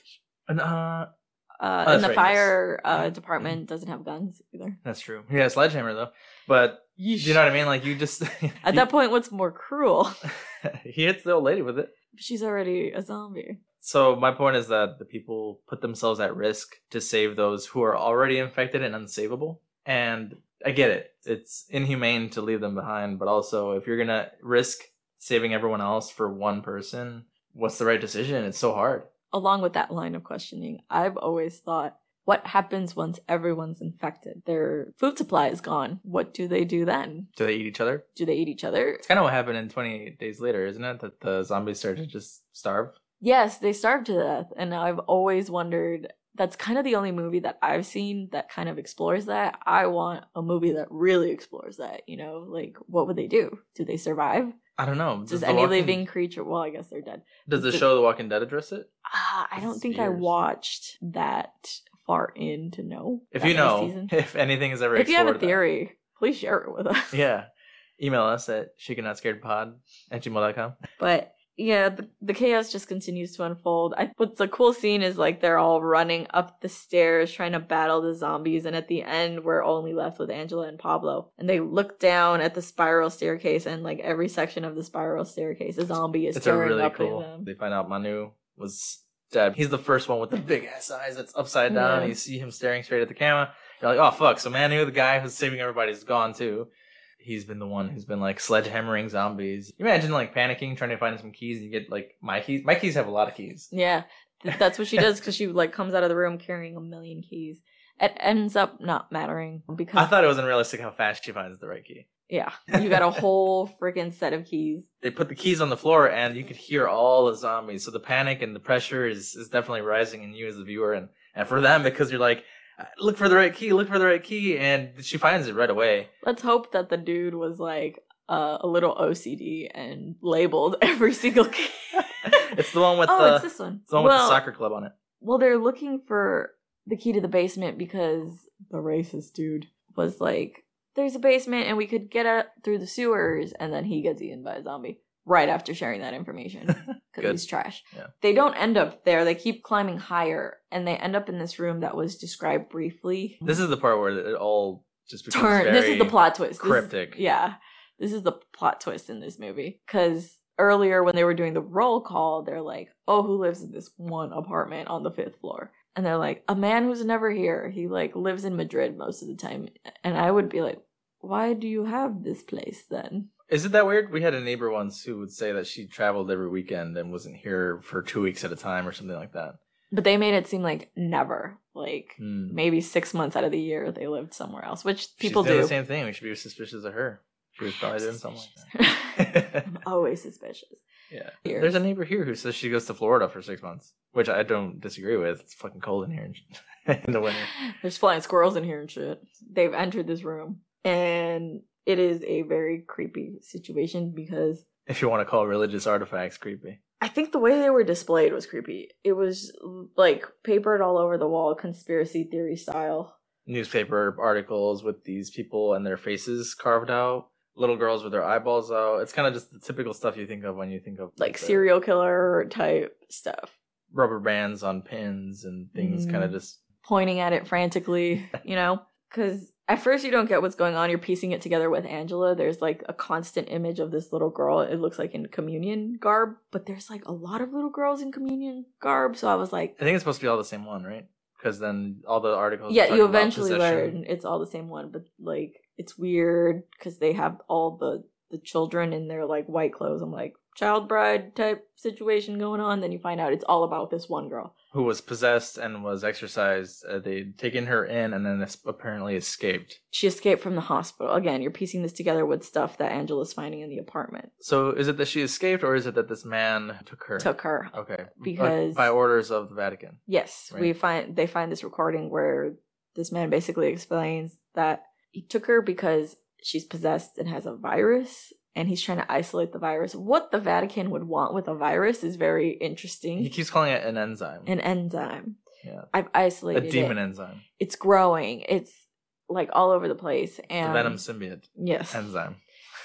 Speaker 2: and uh
Speaker 1: Uh,
Speaker 2: Oh,
Speaker 1: and
Speaker 2: that's
Speaker 1: the
Speaker 2: right, yes.
Speaker 1: fire uh, department doesn't have guns either.
Speaker 2: that's true he had a sledgehammer though but you know what I mean like you just
Speaker 1: At that point, what's more cruel?
Speaker 2: (laughs)
Speaker 1: (laughs)
Speaker 2: he hits the old lady with it
Speaker 1: She's already a zombie.
Speaker 2: so my point is that the people put themselves at risk to save those who are already infected and unsavable and I get it it's inhumane to leave them behind but also if you're gonna risk saving everyone else for one person what's the right decision it's so hard
Speaker 1: Along with that line of questioning, I've always thought, what happens once everyone's infected? Their food supply is gone. What do they do then?
Speaker 2: do they eat each other
Speaker 1: Do they eat each other?
Speaker 2: It's kind of what happened in 28 Days Later, isn't it? That the zombies started to just starve.
Speaker 1: Yes, they starved to death. And I've always wondered that's kind of the only movie that I've seen that kind of explores that. I want a movie that really explores that, you know? Like, what would they do? Do they survive?
Speaker 2: I don't know.
Speaker 1: Does
Speaker 2: The
Speaker 1: any
Speaker 2: Walking-
Speaker 1: living creature, well, I guess they're dead.
Speaker 2: Does the
Speaker 1: does-
Speaker 2: show The Walking Dead address it?
Speaker 1: Ah, I
Speaker 2: This
Speaker 1: don't
Speaker 2: is
Speaker 1: think I
Speaker 2: years.
Speaker 1: watched that far in to know.
Speaker 2: If
Speaker 1: that
Speaker 2: you
Speaker 1: many
Speaker 2: know,
Speaker 1: seasons.
Speaker 2: (laughs) if anything is ever
Speaker 1: if you have a
Speaker 2: explored that.
Speaker 1: theory, please share it with us.
Speaker 2: yeah, email us at shekenotscaredpod at gmail.com.
Speaker 1: But yeah, the, the chaos just continues to unfold. I, what's a cool scene is like they're all running up the stairs trying to battle the zombies, and at the end, we're only left with Angela and Pablo. And they look down at the spiral staircase, and like every section of the spiral staircase, a zombie is
Speaker 2: It's a
Speaker 1: staring
Speaker 2: really
Speaker 1: up at
Speaker 2: cool.
Speaker 1: them.
Speaker 2: They find out Manu was stabbed. He's the first one with the big ass eyes that's upside down.
Speaker 1: Yeah.
Speaker 2: You see him staring straight at the camera. You're like, oh fuck. So Manu, the guy who's saving everybody, is gone too. He's been the one who's been like sledgehammering zombies. You imagine like panicking, trying to find some keys, and you get like my keys. My keys have a lot of keys.
Speaker 1: Yeah, th- that's
Speaker 2: (laughs)
Speaker 1: what she does because she like comes out of the room carrying a million keys. It ends up not mattering because
Speaker 2: I thought it was unrealistic how fast she finds the right key. (laughs)
Speaker 1: yeah, you got a whole freaking set of keys.
Speaker 2: They put the keys on the floor, and you could hear all the zombies. So the panic and the pressure is is definitely rising in you as the viewer, and and for them because you're like, "Uh, look for the right key, look for the right key, and she finds it right away. (laughs)
Speaker 1: Let's hope that the dude was like uh, a little OCD and labeled (laughs) every single key.
Speaker 2: It's the one with
Speaker 1: oh,
Speaker 2: the
Speaker 1: it's
Speaker 2: it's
Speaker 1: this one.
Speaker 2: the one with
Speaker 1: well,
Speaker 2: the soccer club on it.
Speaker 1: well, they're looking for the key to the basement because the racist dude was like, "There's a basement, and we could get out through the sewers." And then he gets eaten by a zombie right after sharing that (laughs) information. because
Speaker 2: Good.
Speaker 1: he's trash.
Speaker 2: Yeah.
Speaker 1: They don't end up there. They keep climbing higher, and they end up in this room that was described briefly.
Speaker 2: This is the part where it all just becomes
Speaker 1: turn. This
Speaker 2: very-
Speaker 1: is the plot twist. This is-
Speaker 2: cryptic.
Speaker 1: yeah, This is the plot twist in this movie. Because earlier when they were doing the roll call, they're like, oh, who lives in this one apartment on the fifth floor? And they're like, a man who's never here. He like lives in Madrid most of the time. And I would be like, why do you have this place then?
Speaker 2: Is it that weird? We had a neighbor once who would say that she traveled every weekend and wasn't here for two weeks at a time or something like that.
Speaker 1: But they made it seem like never. Like
Speaker 2: Hmm.
Speaker 1: maybe six months out of the year they lived somewhere else, which
Speaker 2: She's
Speaker 1: people
Speaker 2: doing
Speaker 1: do.
Speaker 2: the same thing. We should be suspicious of her. She was probably doing something like
Speaker 1: Suspicious.
Speaker 2: that.
Speaker 1: I'm (laughs) always suspicious.
Speaker 2: yeah.
Speaker 1: Here.
Speaker 2: There's a neighbor here who says she goes to Florida for six months, which I don't disagree with. It's fucking cold in here in- (laughs) in the winter.
Speaker 1: There's flying squirrels in here and shit. They've entered this room, and it is a very creepy situation because
Speaker 2: If you want to call religious artifacts creepy.
Speaker 1: I think the way they were displayed was creepy. It was like papered all over the wall, conspiracy theory style.
Speaker 2: newspaper articles with these people and their faces carved out, little girls with their eyeballs out. It's kind of just the typical stuff you think of when you think of
Speaker 1: Like
Speaker 2: the
Speaker 1: serial killer type stuff.
Speaker 2: rubber bands on pins and things.
Speaker 1: Mhm.
Speaker 2: Kind of just
Speaker 1: pointing at it frantically, you know? Because at first you don't get what's going on. You're piecing it together with Angela. There's like a constant image of this little girl. It looks like in communion garb, but there's like a lot of little girls in communion garb. So I was like,
Speaker 2: I think it's supposed to be all the same one, right? Because then all the articles.
Speaker 1: yeah,
Speaker 2: talk
Speaker 1: you
Speaker 2: Oh, about
Speaker 1: eventually
Speaker 2: possession.
Speaker 1: learn it's all the same one, but like it's weird because they have all the the children in their like white clothes. I'm like child bride type situation going on. Then you find out it's all about this one girl.
Speaker 2: who was possessed and was exorcised. Uh, they'd taken her in and then es- apparently escaped.
Speaker 1: She escaped from the hospital. Again, you're piecing this together with stuff that Angela's finding in the apartment.
Speaker 2: So is it that she escaped, or is it that this man took her?
Speaker 1: took her.
Speaker 2: Okay, But
Speaker 1: Because-
Speaker 2: by orders of the Vatican.
Speaker 1: Yes, we
Speaker 2: Right.
Speaker 1: find they find this recording where this man basically explains that he took her because she's possessed and has a virus and he's trying to isolate the virus. What the Vatican would want with a virus is very
Speaker 2: He
Speaker 1: interesting.
Speaker 2: keeps calling it an enzyme,
Speaker 1: An enzyme.
Speaker 2: Yeah.
Speaker 1: I've
Speaker 2: a
Speaker 1: isolated
Speaker 2: demon
Speaker 1: it.
Speaker 2: enzyme,
Speaker 1: It's growing. It's like all over the place
Speaker 2: the
Speaker 1: and
Speaker 2: venom symbiote.
Speaker 1: yes.
Speaker 2: enzyme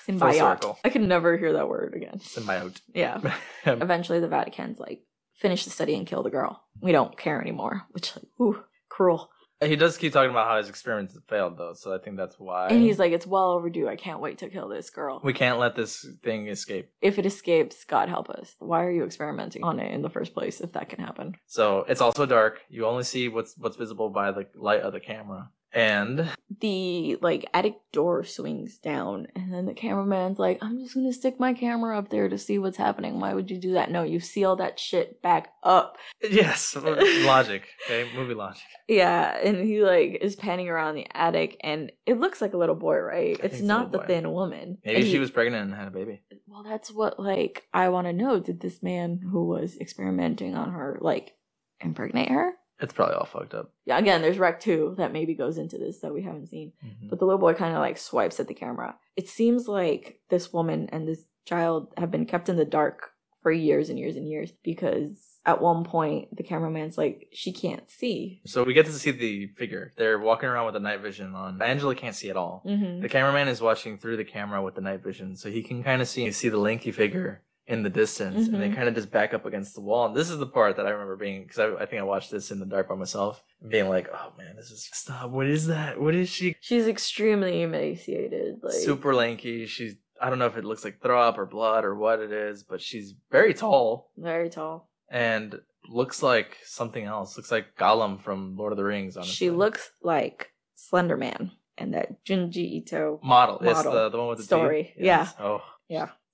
Speaker 1: Symbiote.
Speaker 2: circle.
Speaker 1: I can never hear that word again.
Speaker 2: symbiote. (laughs)
Speaker 1: Yeah. eventually the Vatican's like, finish the study and kill the girl. We don't care anymore. Which like, ooh, cruel.
Speaker 2: he does keep talking about how his experiments failed, though, so I think that's why.
Speaker 1: And he's like, it's well overdue. I can't wait to kill this girl.
Speaker 2: we can't let this thing escape.
Speaker 1: if it escapes, God help us. Why are you experimenting on it in the first place if that can happen?
Speaker 2: So it's also dark. You only see what's what's visible by the light of the camera. And (laughs)
Speaker 1: The like attic door swings down and then the cameraman's like, I'm just gonna stick my camera up there to see what's happening. Why would you do that? No, you seal that shit back up.
Speaker 2: yes, logic. Okay, movie logic.
Speaker 1: Yeah, and he like is panning around the attic and it looks like a little boy, right?
Speaker 2: think
Speaker 1: It's
Speaker 2: it's a
Speaker 1: not
Speaker 2: little
Speaker 1: the
Speaker 2: boy.
Speaker 1: thin woman.
Speaker 2: Maybe
Speaker 1: And
Speaker 2: she
Speaker 1: he-
Speaker 2: was pregnant and had a baby.
Speaker 1: well that's what like i want to know did this man who was experimenting on her like impregnate her
Speaker 2: It's probably all fucked up.
Speaker 1: yeah again there's rec 2 that maybe goes into this that we haven't seen
Speaker 2: Mhm.
Speaker 1: but the little boy kind of like swipes at the camera it seems like this woman and this child have been kept in the dark for years and years and years because at one point the cameraman's like she can't see
Speaker 2: So we get to see the figure. They're walking around with the night vision on. Angela can't see at all.
Speaker 1: mm-hmm.
Speaker 2: The cameraman is watching through the camera with the night vision, so he can kind of see see the lanky figure in the distance, and they
Speaker 1: Mhm.
Speaker 2: kind of just back up against the wall. And this is the part that I remember being because I, I think I watched this in the dark by myself, being like, "Oh man, this is stop. What is that? What is she?
Speaker 1: she's extremely emaciated like
Speaker 2: Super lanky. She's I don't know if it looks like throw up or blood or what it is, but she's very tall
Speaker 1: very tall
Speaker 2: and looks like something else. Looks like Gollum from Lord of the Rings. Honestly,
Speaker 1: she looks like slender man and that junji ito
Speaker 2: model. Yes,
Speaker 1: model.
Speaker 2: the, the one with the D.
Speaker 1: Story.
Speaker 2: Yes. Oh,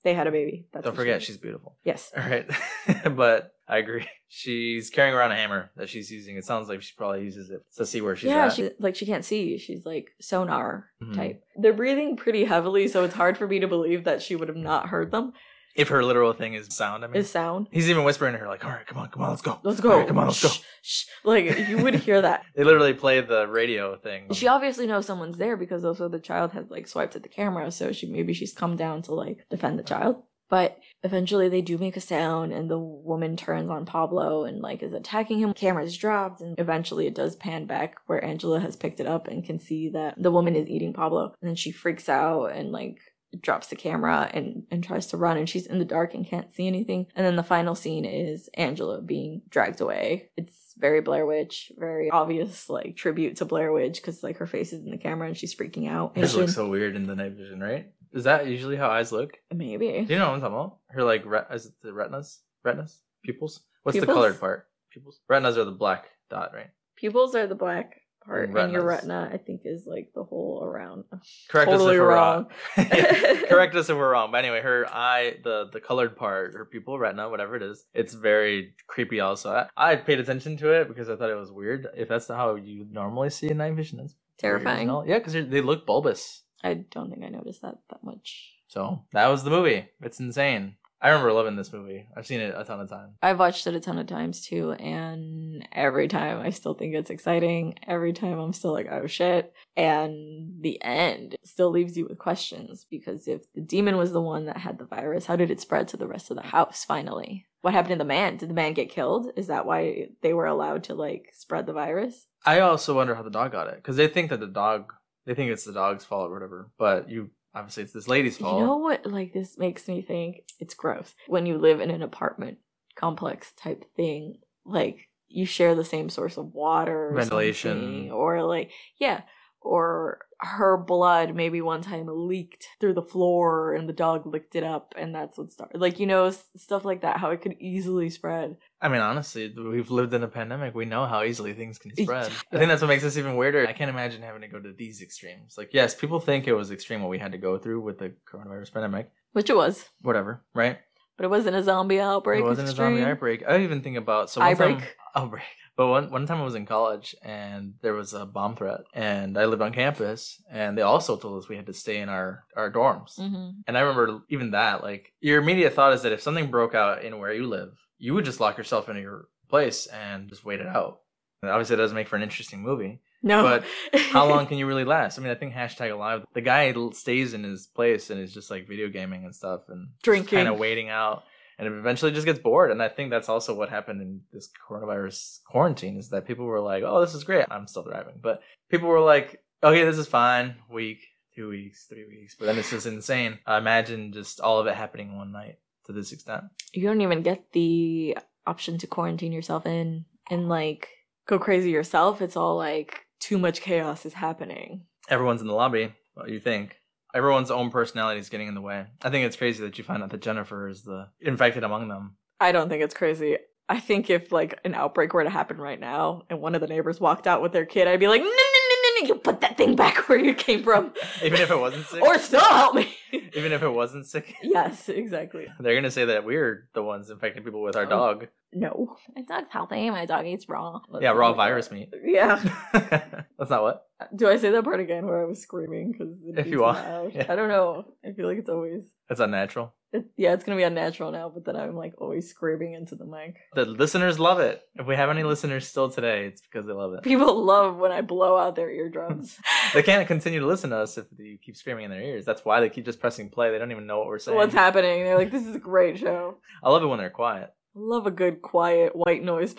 Speaker 1: they had a baby That's
Speaker 2: don't
Speaker 1: what she
Speaker 2: forget,
Speaker 1: is.
Speaker 2: she's beautiful. (laughs)
Speaker 1: Yes.
Speaker 2: All right. but I agree. She's carrying around a hammer that she's using. It sounds like she probably uses it to see where she's
Speaker 1: yeah,
Speaker 2: at.
Speaker 1: she like she can't see. She's like sonar
Speaker 2: Mhm.
Speaker 1: type. They're breathing pretty heavily, so it's hard for me to believe that she would have not heard them.
Speaker 2: If her literal thing is sound, I mean.
Speaker 1: Is sound.
Speaker 2: He's even whispering to her, like, all right, come on, come on, let's go.
Speaker 1: Let's go.
Speaker 2: All right, come on, let's go.
Speaker 1: Shh, shh. Like you would hear that.
Speaker 2: (laughs) They literally play the radio thing.
Speaker 1: She obviously knows someone's there because also the child had like swiped at the camera, so she maybe she's come down to like defend the child. But eventually they do make a sound and the woman turns on Pablo and like is attacking him. Camera's dropped and eventually it does pan back where Angela has picked it up and can see that the woman is eating Pablo. And then she freaks out and like drops the camera and and tries to run and she's in the dark and can't see anything and then the final scene is angela being dragged away it's very blair witch very obvious like tribute to blair witch because like her face is in the camera and she's freaking out and
Speaker 2: This
Speaker 1: she-
Speaker 2: looks so weird in the night vision, right? Is that usually how eyes look?
Speaker 1: Maybe.
Speaker 2: Do you know what I'm talking about? Her like re- is it the retinas? Retinas? Pupils? What's the
Speaker 1: Pupils?
Speaker 2: colored part? Pupils. Retinas are the black dot, right?
Speaker 1: Pupils are the black part, and your
Speaker 2: Retinas.
Speaker 1: retina, I think, is like the whole around.
Speaker 2: Correct us
Speaker 1: Totally
Speaker 2: if we're
Speaker 1: wrong.
Speaker 2: (laughs) wrong.
Speaker 1: (laughs)
Speaker 2: Correct us if we're wrong. But anyway, her eye, the the colored part, her pupil, retina, whatever it is, it's very creepy. Also, I, I paid attention to it because I thought it was weird. If that's not how you normally see night vision, that's weird as
Speaker 1: Terrifying.
Speaker 2: hell. Yeah, because they look bulbous.
Speaker 1: I don't think I noticed that that much.
Speaker 2: So that was the movie. It's insane. I remember loving this movie. I've seen it a ton of times.
Speaker 1: I've watched it a ton of times too, and every time I still think it's exciting. Every time I'm still like, oh shit. And the end still leaves you with questions because if the demon was the one that had the virus, how did it spread to the rest of the house finally? What happened to the man? Did the man get killed? Is that why they were allowed to like spread the virus?
Speaker 2: I also wonder how the dog got it because they think that the dog, they think it's the dog's fault or whatever. But you obviously it's this lady's fault.
Speaker 1: You know what? Like this makes me think it's gross when you live in an apartment complex type thing. Like you share the same source of water, or
Speaker 2: Ventilation.
Speaker 1: something, or like yeah, or her blood maybe one time leaked through the floor and the dog licked it up, and that's what started. Like you know s- stuff like that. How it could easily spread.
Speaker 2: I mean, honestly, we've lived in a pandemic. We know how easily things can
Speaker 1: Yeah. (laughs)
Speaker 2: spread. I think that's what makes this even weirder. I can't imagine having to go to these extremes. Like, yes, people think it was extreme what we had to go through with the coronavirus pandemic.
Speaker 1: Which it was,
Speaker 2: Whatever, right?
Speaker 1: but it wasn't a zombie outbreak.
Speaker 2: it wasn't a zombie
Speaker 1: extreme.
Speaker 2: outbreak. I even think about so one
Speaker 1: Outbreak.
Speaker 2: time- outbreak. But one one time I was in college and there was a bomb threat, and I lived on campus, and they also told us we had to stay in our our dorms.
Speaker 1: Mhm.
Speaker 2: And I remember even that, like your immediate thought is that if something broke out in where you live, you would just lock yourself into your place and just wait it out. And obviously, it doesn't make for an interesting movie.
Speaker 1: No,
Speaker 2: But How
Speaker 1: (laughs)
Speaker 2: long can you really last? I mean, I think hashtag alive. The guy l- stays in his place and is just like video gaming and stuff and
Speaker 1: Drinking.
Speaker 2: kind of waiting out, and eventually just gets bored. And I think that's also what happened in this coronavirus quarantine is that people were like, "Oh, this is great. I'm still thriving," but people were like, "Okay, this is fine. Week, two weeks, three weeks." But then it's just insane. I imagine just all of it happening one night to this extent.
Speaker 1: you don't even get the option to quarantine yourself in and like go crazy yourself. It's all like too much chaos is happening.
Speaker 2: everyone's in the lobby. What do you think? Everyone's own personality is getting in the way. I think it's crazy that you find out that Jennifer is the infected among them.
Speaker 1: I don't think it's crazy. I think if like an outbreak were to happen right now and one of the neighbors walked out with their kid, I'd be like, no, no, no, no, no, you put that thing back where you came from. (laughs)
Speaker 2: Even if it wasn't sick.
Speaker 1: or still help me. (laughs)
Speaker 2: Even if it wasn't sick, (laughs)
Speaker 1: yes, exactly.
Speaker 2: they're gonna say that we're the ones infecting people with our
Speaker 1: Oh.
Speaker 2: dog.
Speaker 1: No. My dog's healthy. My dog eats raw.
Speaker 2: Yeah, raw virus meat. (laughs)
Speaker 1: Yeah.
Speaker 2: That's not what.
Speaker 1: Do I say that part again where I was screaming? Cause it'd
Speaker 2: If
Speaker 1: be
Speaker 2: you
Speaker 1: too
Speaker 2: want.
Speaker 1: loud?
Speaker 2: Yeah.
Speaker 1: I don't know. I feel like it's always
Speaker 2: That's unnatural.
Speaker 1: It, yeah, it's gonna be unnatural now, but then I'm like always screaming into the mic.
Speaker 2: The listeners love it. If we have any listeners still today, it's because they
Speaker 1: (laughs)
Speaker 2: love it.
Speaker 1: People love when I blow out their
Speaker 2: (laughs)
Speaker 1: eardrums.
Speaker 2: They can't continue to listen to us if you keep screaming in their ears. That's why they keep just pressing play. They don't even know what we're saying.
Speaker 1: What's happening? They're like, "This is a great show."
Speaker 2: I love it when they're quiet.
Speaker 1: Love a good quiet white noise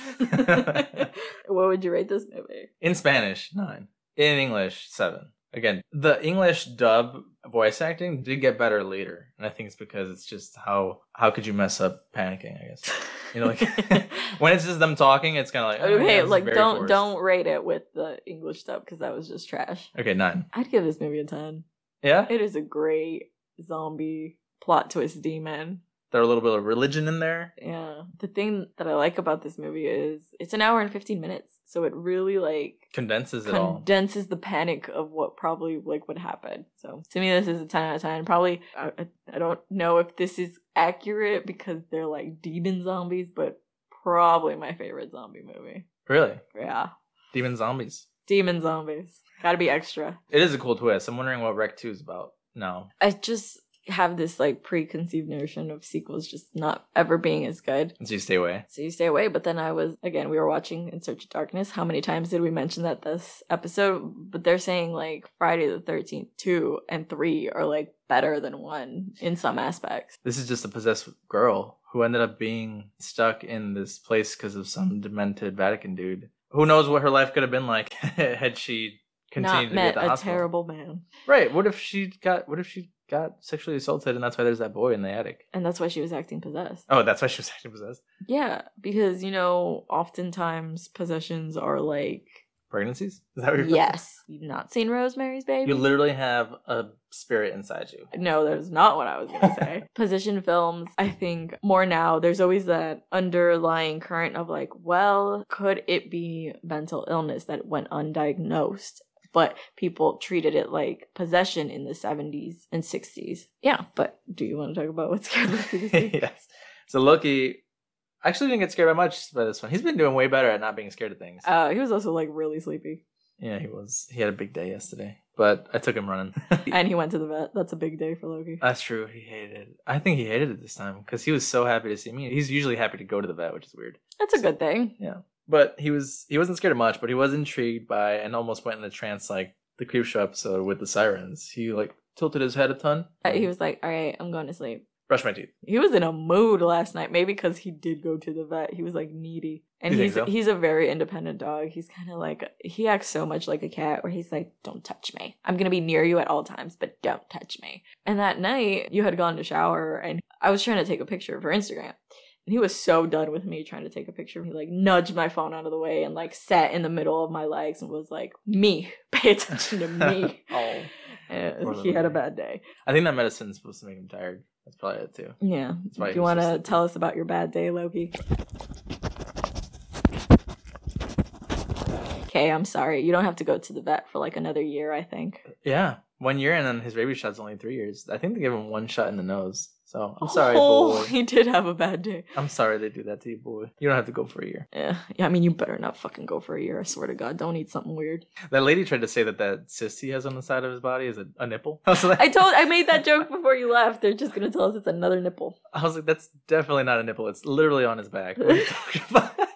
Speaker 1: podcast. (laughs) what would you rate this movie?
Speaker 2: In Spanish, nine. In English, seven. Again, the English dub voice acting did get better later, and I think it's because it's just how how could you mess up panicking? I guess
Speaker 1: (laughs)
Speaker 2: you know, like (laughs) when it's just them talking, it's kind of like oh, yeah,
Speaker 1: okay,
Speaker 2: this is
Speaker 1: like
Speaker 2: very
Speaker 1: don't
Speaker 2: forced.
Speaker 1: don't rate it with the English stuff because that was just trash.
Speaker 2: Okay, nine.
Speaker 1: I'd give this movie a ten.
Speaker 2: Yeah,
Speaker 1: It is a great zombie plot twist demon.
Speaker 2: there are a little bit of religion in there.
Speaker 1: Yeah. The thing that I like about this movie is it's an hour and 15 minutes. So it really like
Speaker 2: Condenses it all.
Speaker 1: condenses the panic of what probably like would happen. So to me this is a 10 out of 10. Probably I, I- I don't know if this is accurate because they're like demon zombies, but probably my favorite zombie movie.
Speaker 2: Really,
Speaker 1: Yeah.
Speaker 2: demon zombies.
Speaker 1: Demon zombies. Got to be extra.
Speaker 2: It is a cool twist. I'm wondering what Rec Two is about. No,
Speaker 1: I just have this like preconceived notion of sequels just not ever being as good.
Speaker 2: so you stay away.
Speaker 1: So you stay away. But then I was, again, we were watching In Search of Darkness. How many times did we mention that this episode? But they're saying like Friday the 13th, two and three are like better than one in some aspects.
Speaker 2: This is just a possessed girl who ended up being stuck in this place because of some demented Vatican dude. Who knows what her life could have been like (laughs) had she continued
Speaker 1: Not
Speaker 2: to be at
Speaker 1: met
Speaker 2: the
Speaker 1: a
Speaker 2: hospital?
Speaker 1: terrible man.
Speaker 2: right? What if she got? What if she got sexually assaulted and that's why there's that boy in the attic?
Speaker 1: And that's why she was acting possessed.
Speaker 2: Oh, that's why she was (laughs) actually possessed.
Speaker 1: Yeah, because, you know, oftentimes possessions are like
Speaker 2: pregnancies? Is that what you're
Speaker 1: Yes. You've not seen Rosemary's Baby?
Speaker 2: You literally have a spirit inside
Speaker 1: (laughs)
Speaker 2: you. (laughs)
Speaker 1: No, that is not what I was going to say. Position films, I think more now, there's always that underlying current of like, well, could it be mental illness that went undiagnosed? But people treated it like possession in the 70s and 60s. Yeah, but do you want to talk about what's scared
Speaker 2: (laughs)
Speaker 1: Loki this week?
Speaker 2: yes. So Loki actually didn't get scared by much by this one. He's been doing way better at not being scared of things.
Speaker 1: Uh, he was also like really sleepy
Speaker 2: yeah, he was. He had a big day yesterday, but I took
Speaker 1: (laughs)
Speaker 2: him running.
Speaker 1: and he went to the vet. That's a big day for Loki.
Speaker 2: That's true. He hated it. I think he hated it this time because he was so happy to see me. He's usually happy to go to the vet, which is weird.
Speaker 1: That's a good thing.
Speaker 2: But he was he wasn't scared of much, but he was intrigued by and almost went in a trance like the creep show episode with the sirens. He like tilted his head a ton.
Speaker 1: Uh, He was like, all right, I'm going to sleep.
Speaker 2: brush my teeth.
Speaker 1: He was in a mood last night, maybe because he did go to the vet. He was like needy, and
Speaker 2: You think
Speaker 1: he's
Speaker 2: so?
Speaker 1: he's a very independent dog. He's kind of like he acts so much like a cat, where he's like, "Don't touch me. I'm gonna be near you at all times, but don't touch me." And that night, you had gone to shower, and I was trying to take a picture for Instagram, and he was so done with me trying to take a picture. He like nudged my phone out of the way and like sat in the middle of my legs and was like, "Me, (laughs) pay attention to me."
Speaker 2: (laughs) Oh.
Speaker 1: And
Speaker 2: Poor
Speaker 1: he had a
Speaker 2: little
Speaker 1: bad day.
Speaker 2: I think that medicine's supposed to make him tired. That's probably it too.
Speaker 1: Yeah.
Speaker 2: why
Speaker 1: If
Speaker 2: he
Speaker 1: you
Speaker 2: was
Speaker 1: want
Speaker 2: so
Speaker 1: to
Speaker 2: sleepy.
Speaker 1: tell us about your bad day, Loki. Okay, I'm sorry. You don't have to go to the vet for like another year, I think.
Speaker 2: Yeah, one year and then his rabies shot's only three years. I think they give him one shot in the nose. So I'm sorry,
Speaker 1: Oh,
Speaker 2: boy.
Speaker 1: (laughs) he did have a bad day.
Speaker 2: I'm sorry they do that to you, boy. You don't have to go for a year.
Speaker 1: Yeah. yeah, I mean, you better not fucking go for a year. I swear to God, don't eat something weird.
Speaker 2: That lady tried to say that that cyst he has on the side of his body is a, a nipple. (laughs) I was like,
Speaker 1: I told, I made that joke before you left. They're just gonna tell us it's another nipple.
Speaker 2: I was like, that's definitely not a nipple. It's literally on his back. What are you talking about? (laughs)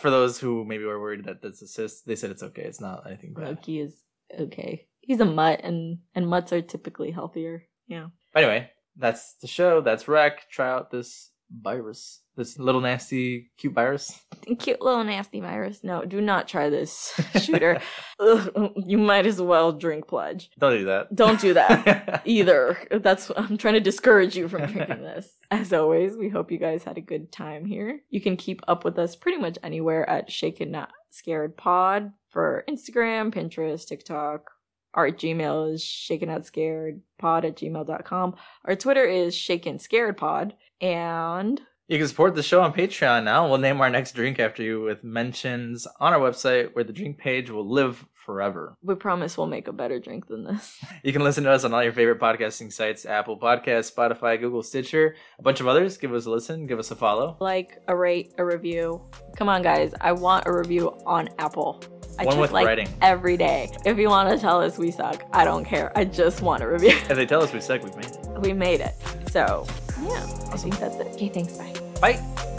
Speaker 2: For those who maybe were worried that that's a cyst, they said it's okay. It's not anything bad.
Speaker 1: Loki is okay. He's a mutt, and and mutts are typically healthier. Yeah.
Speaker 2: Anyway, that's the show. That's Rec. Try out this virus, this little nasty, cute virus.
Speaker 1: (laughs) cute little nasty virus. No, do not try this shooter. Ugh, you might as well drink pledge.
Speaker 2: Don't do that.
Speaker 1: Don't do that
Speaker 2: that.
Speaker 1: either. That's I'm trying to discourage you from drinking this. As always, we hope you guys had a good time here. You can keep up with us pretty much anywhere at Shaken Not Scared Pod for Instagram, Pinterest, TikTok. Our Gmail is shaken not scared pod at gmail.com. Our Twitter is shaken scared pod. And
Speaker 2: (laughs) You can support the show on Patreon now. We'll name our next drink after you with mentions on our website where the drink page will live forever.
Speaker 1: we promise we'll make a better drink than this.
Speaker 2: You can listen to us on all your favorite podcasting sites Apple Podcasts, Spotify, Google Stitcher, a bunch of others. Give us a listen, give us a follow.
Speaker 1: like, a rate, a review. Come on, guys. I want a review on Apple. I
Speaker 2: One
Speaker 1: just
Speaker 2: with
Speaker 1: like
Speaker 2: writing.
Speaker 1: every day. If you want to tell us we suck, I don't care. I just want a review. (laughs)
Speaker 2: If they tell us we suck, we've made it.
Speaker 1: we made it. So, yeah, I think that's it. Okay, thanks. Bye.
Speaker 2: Bye.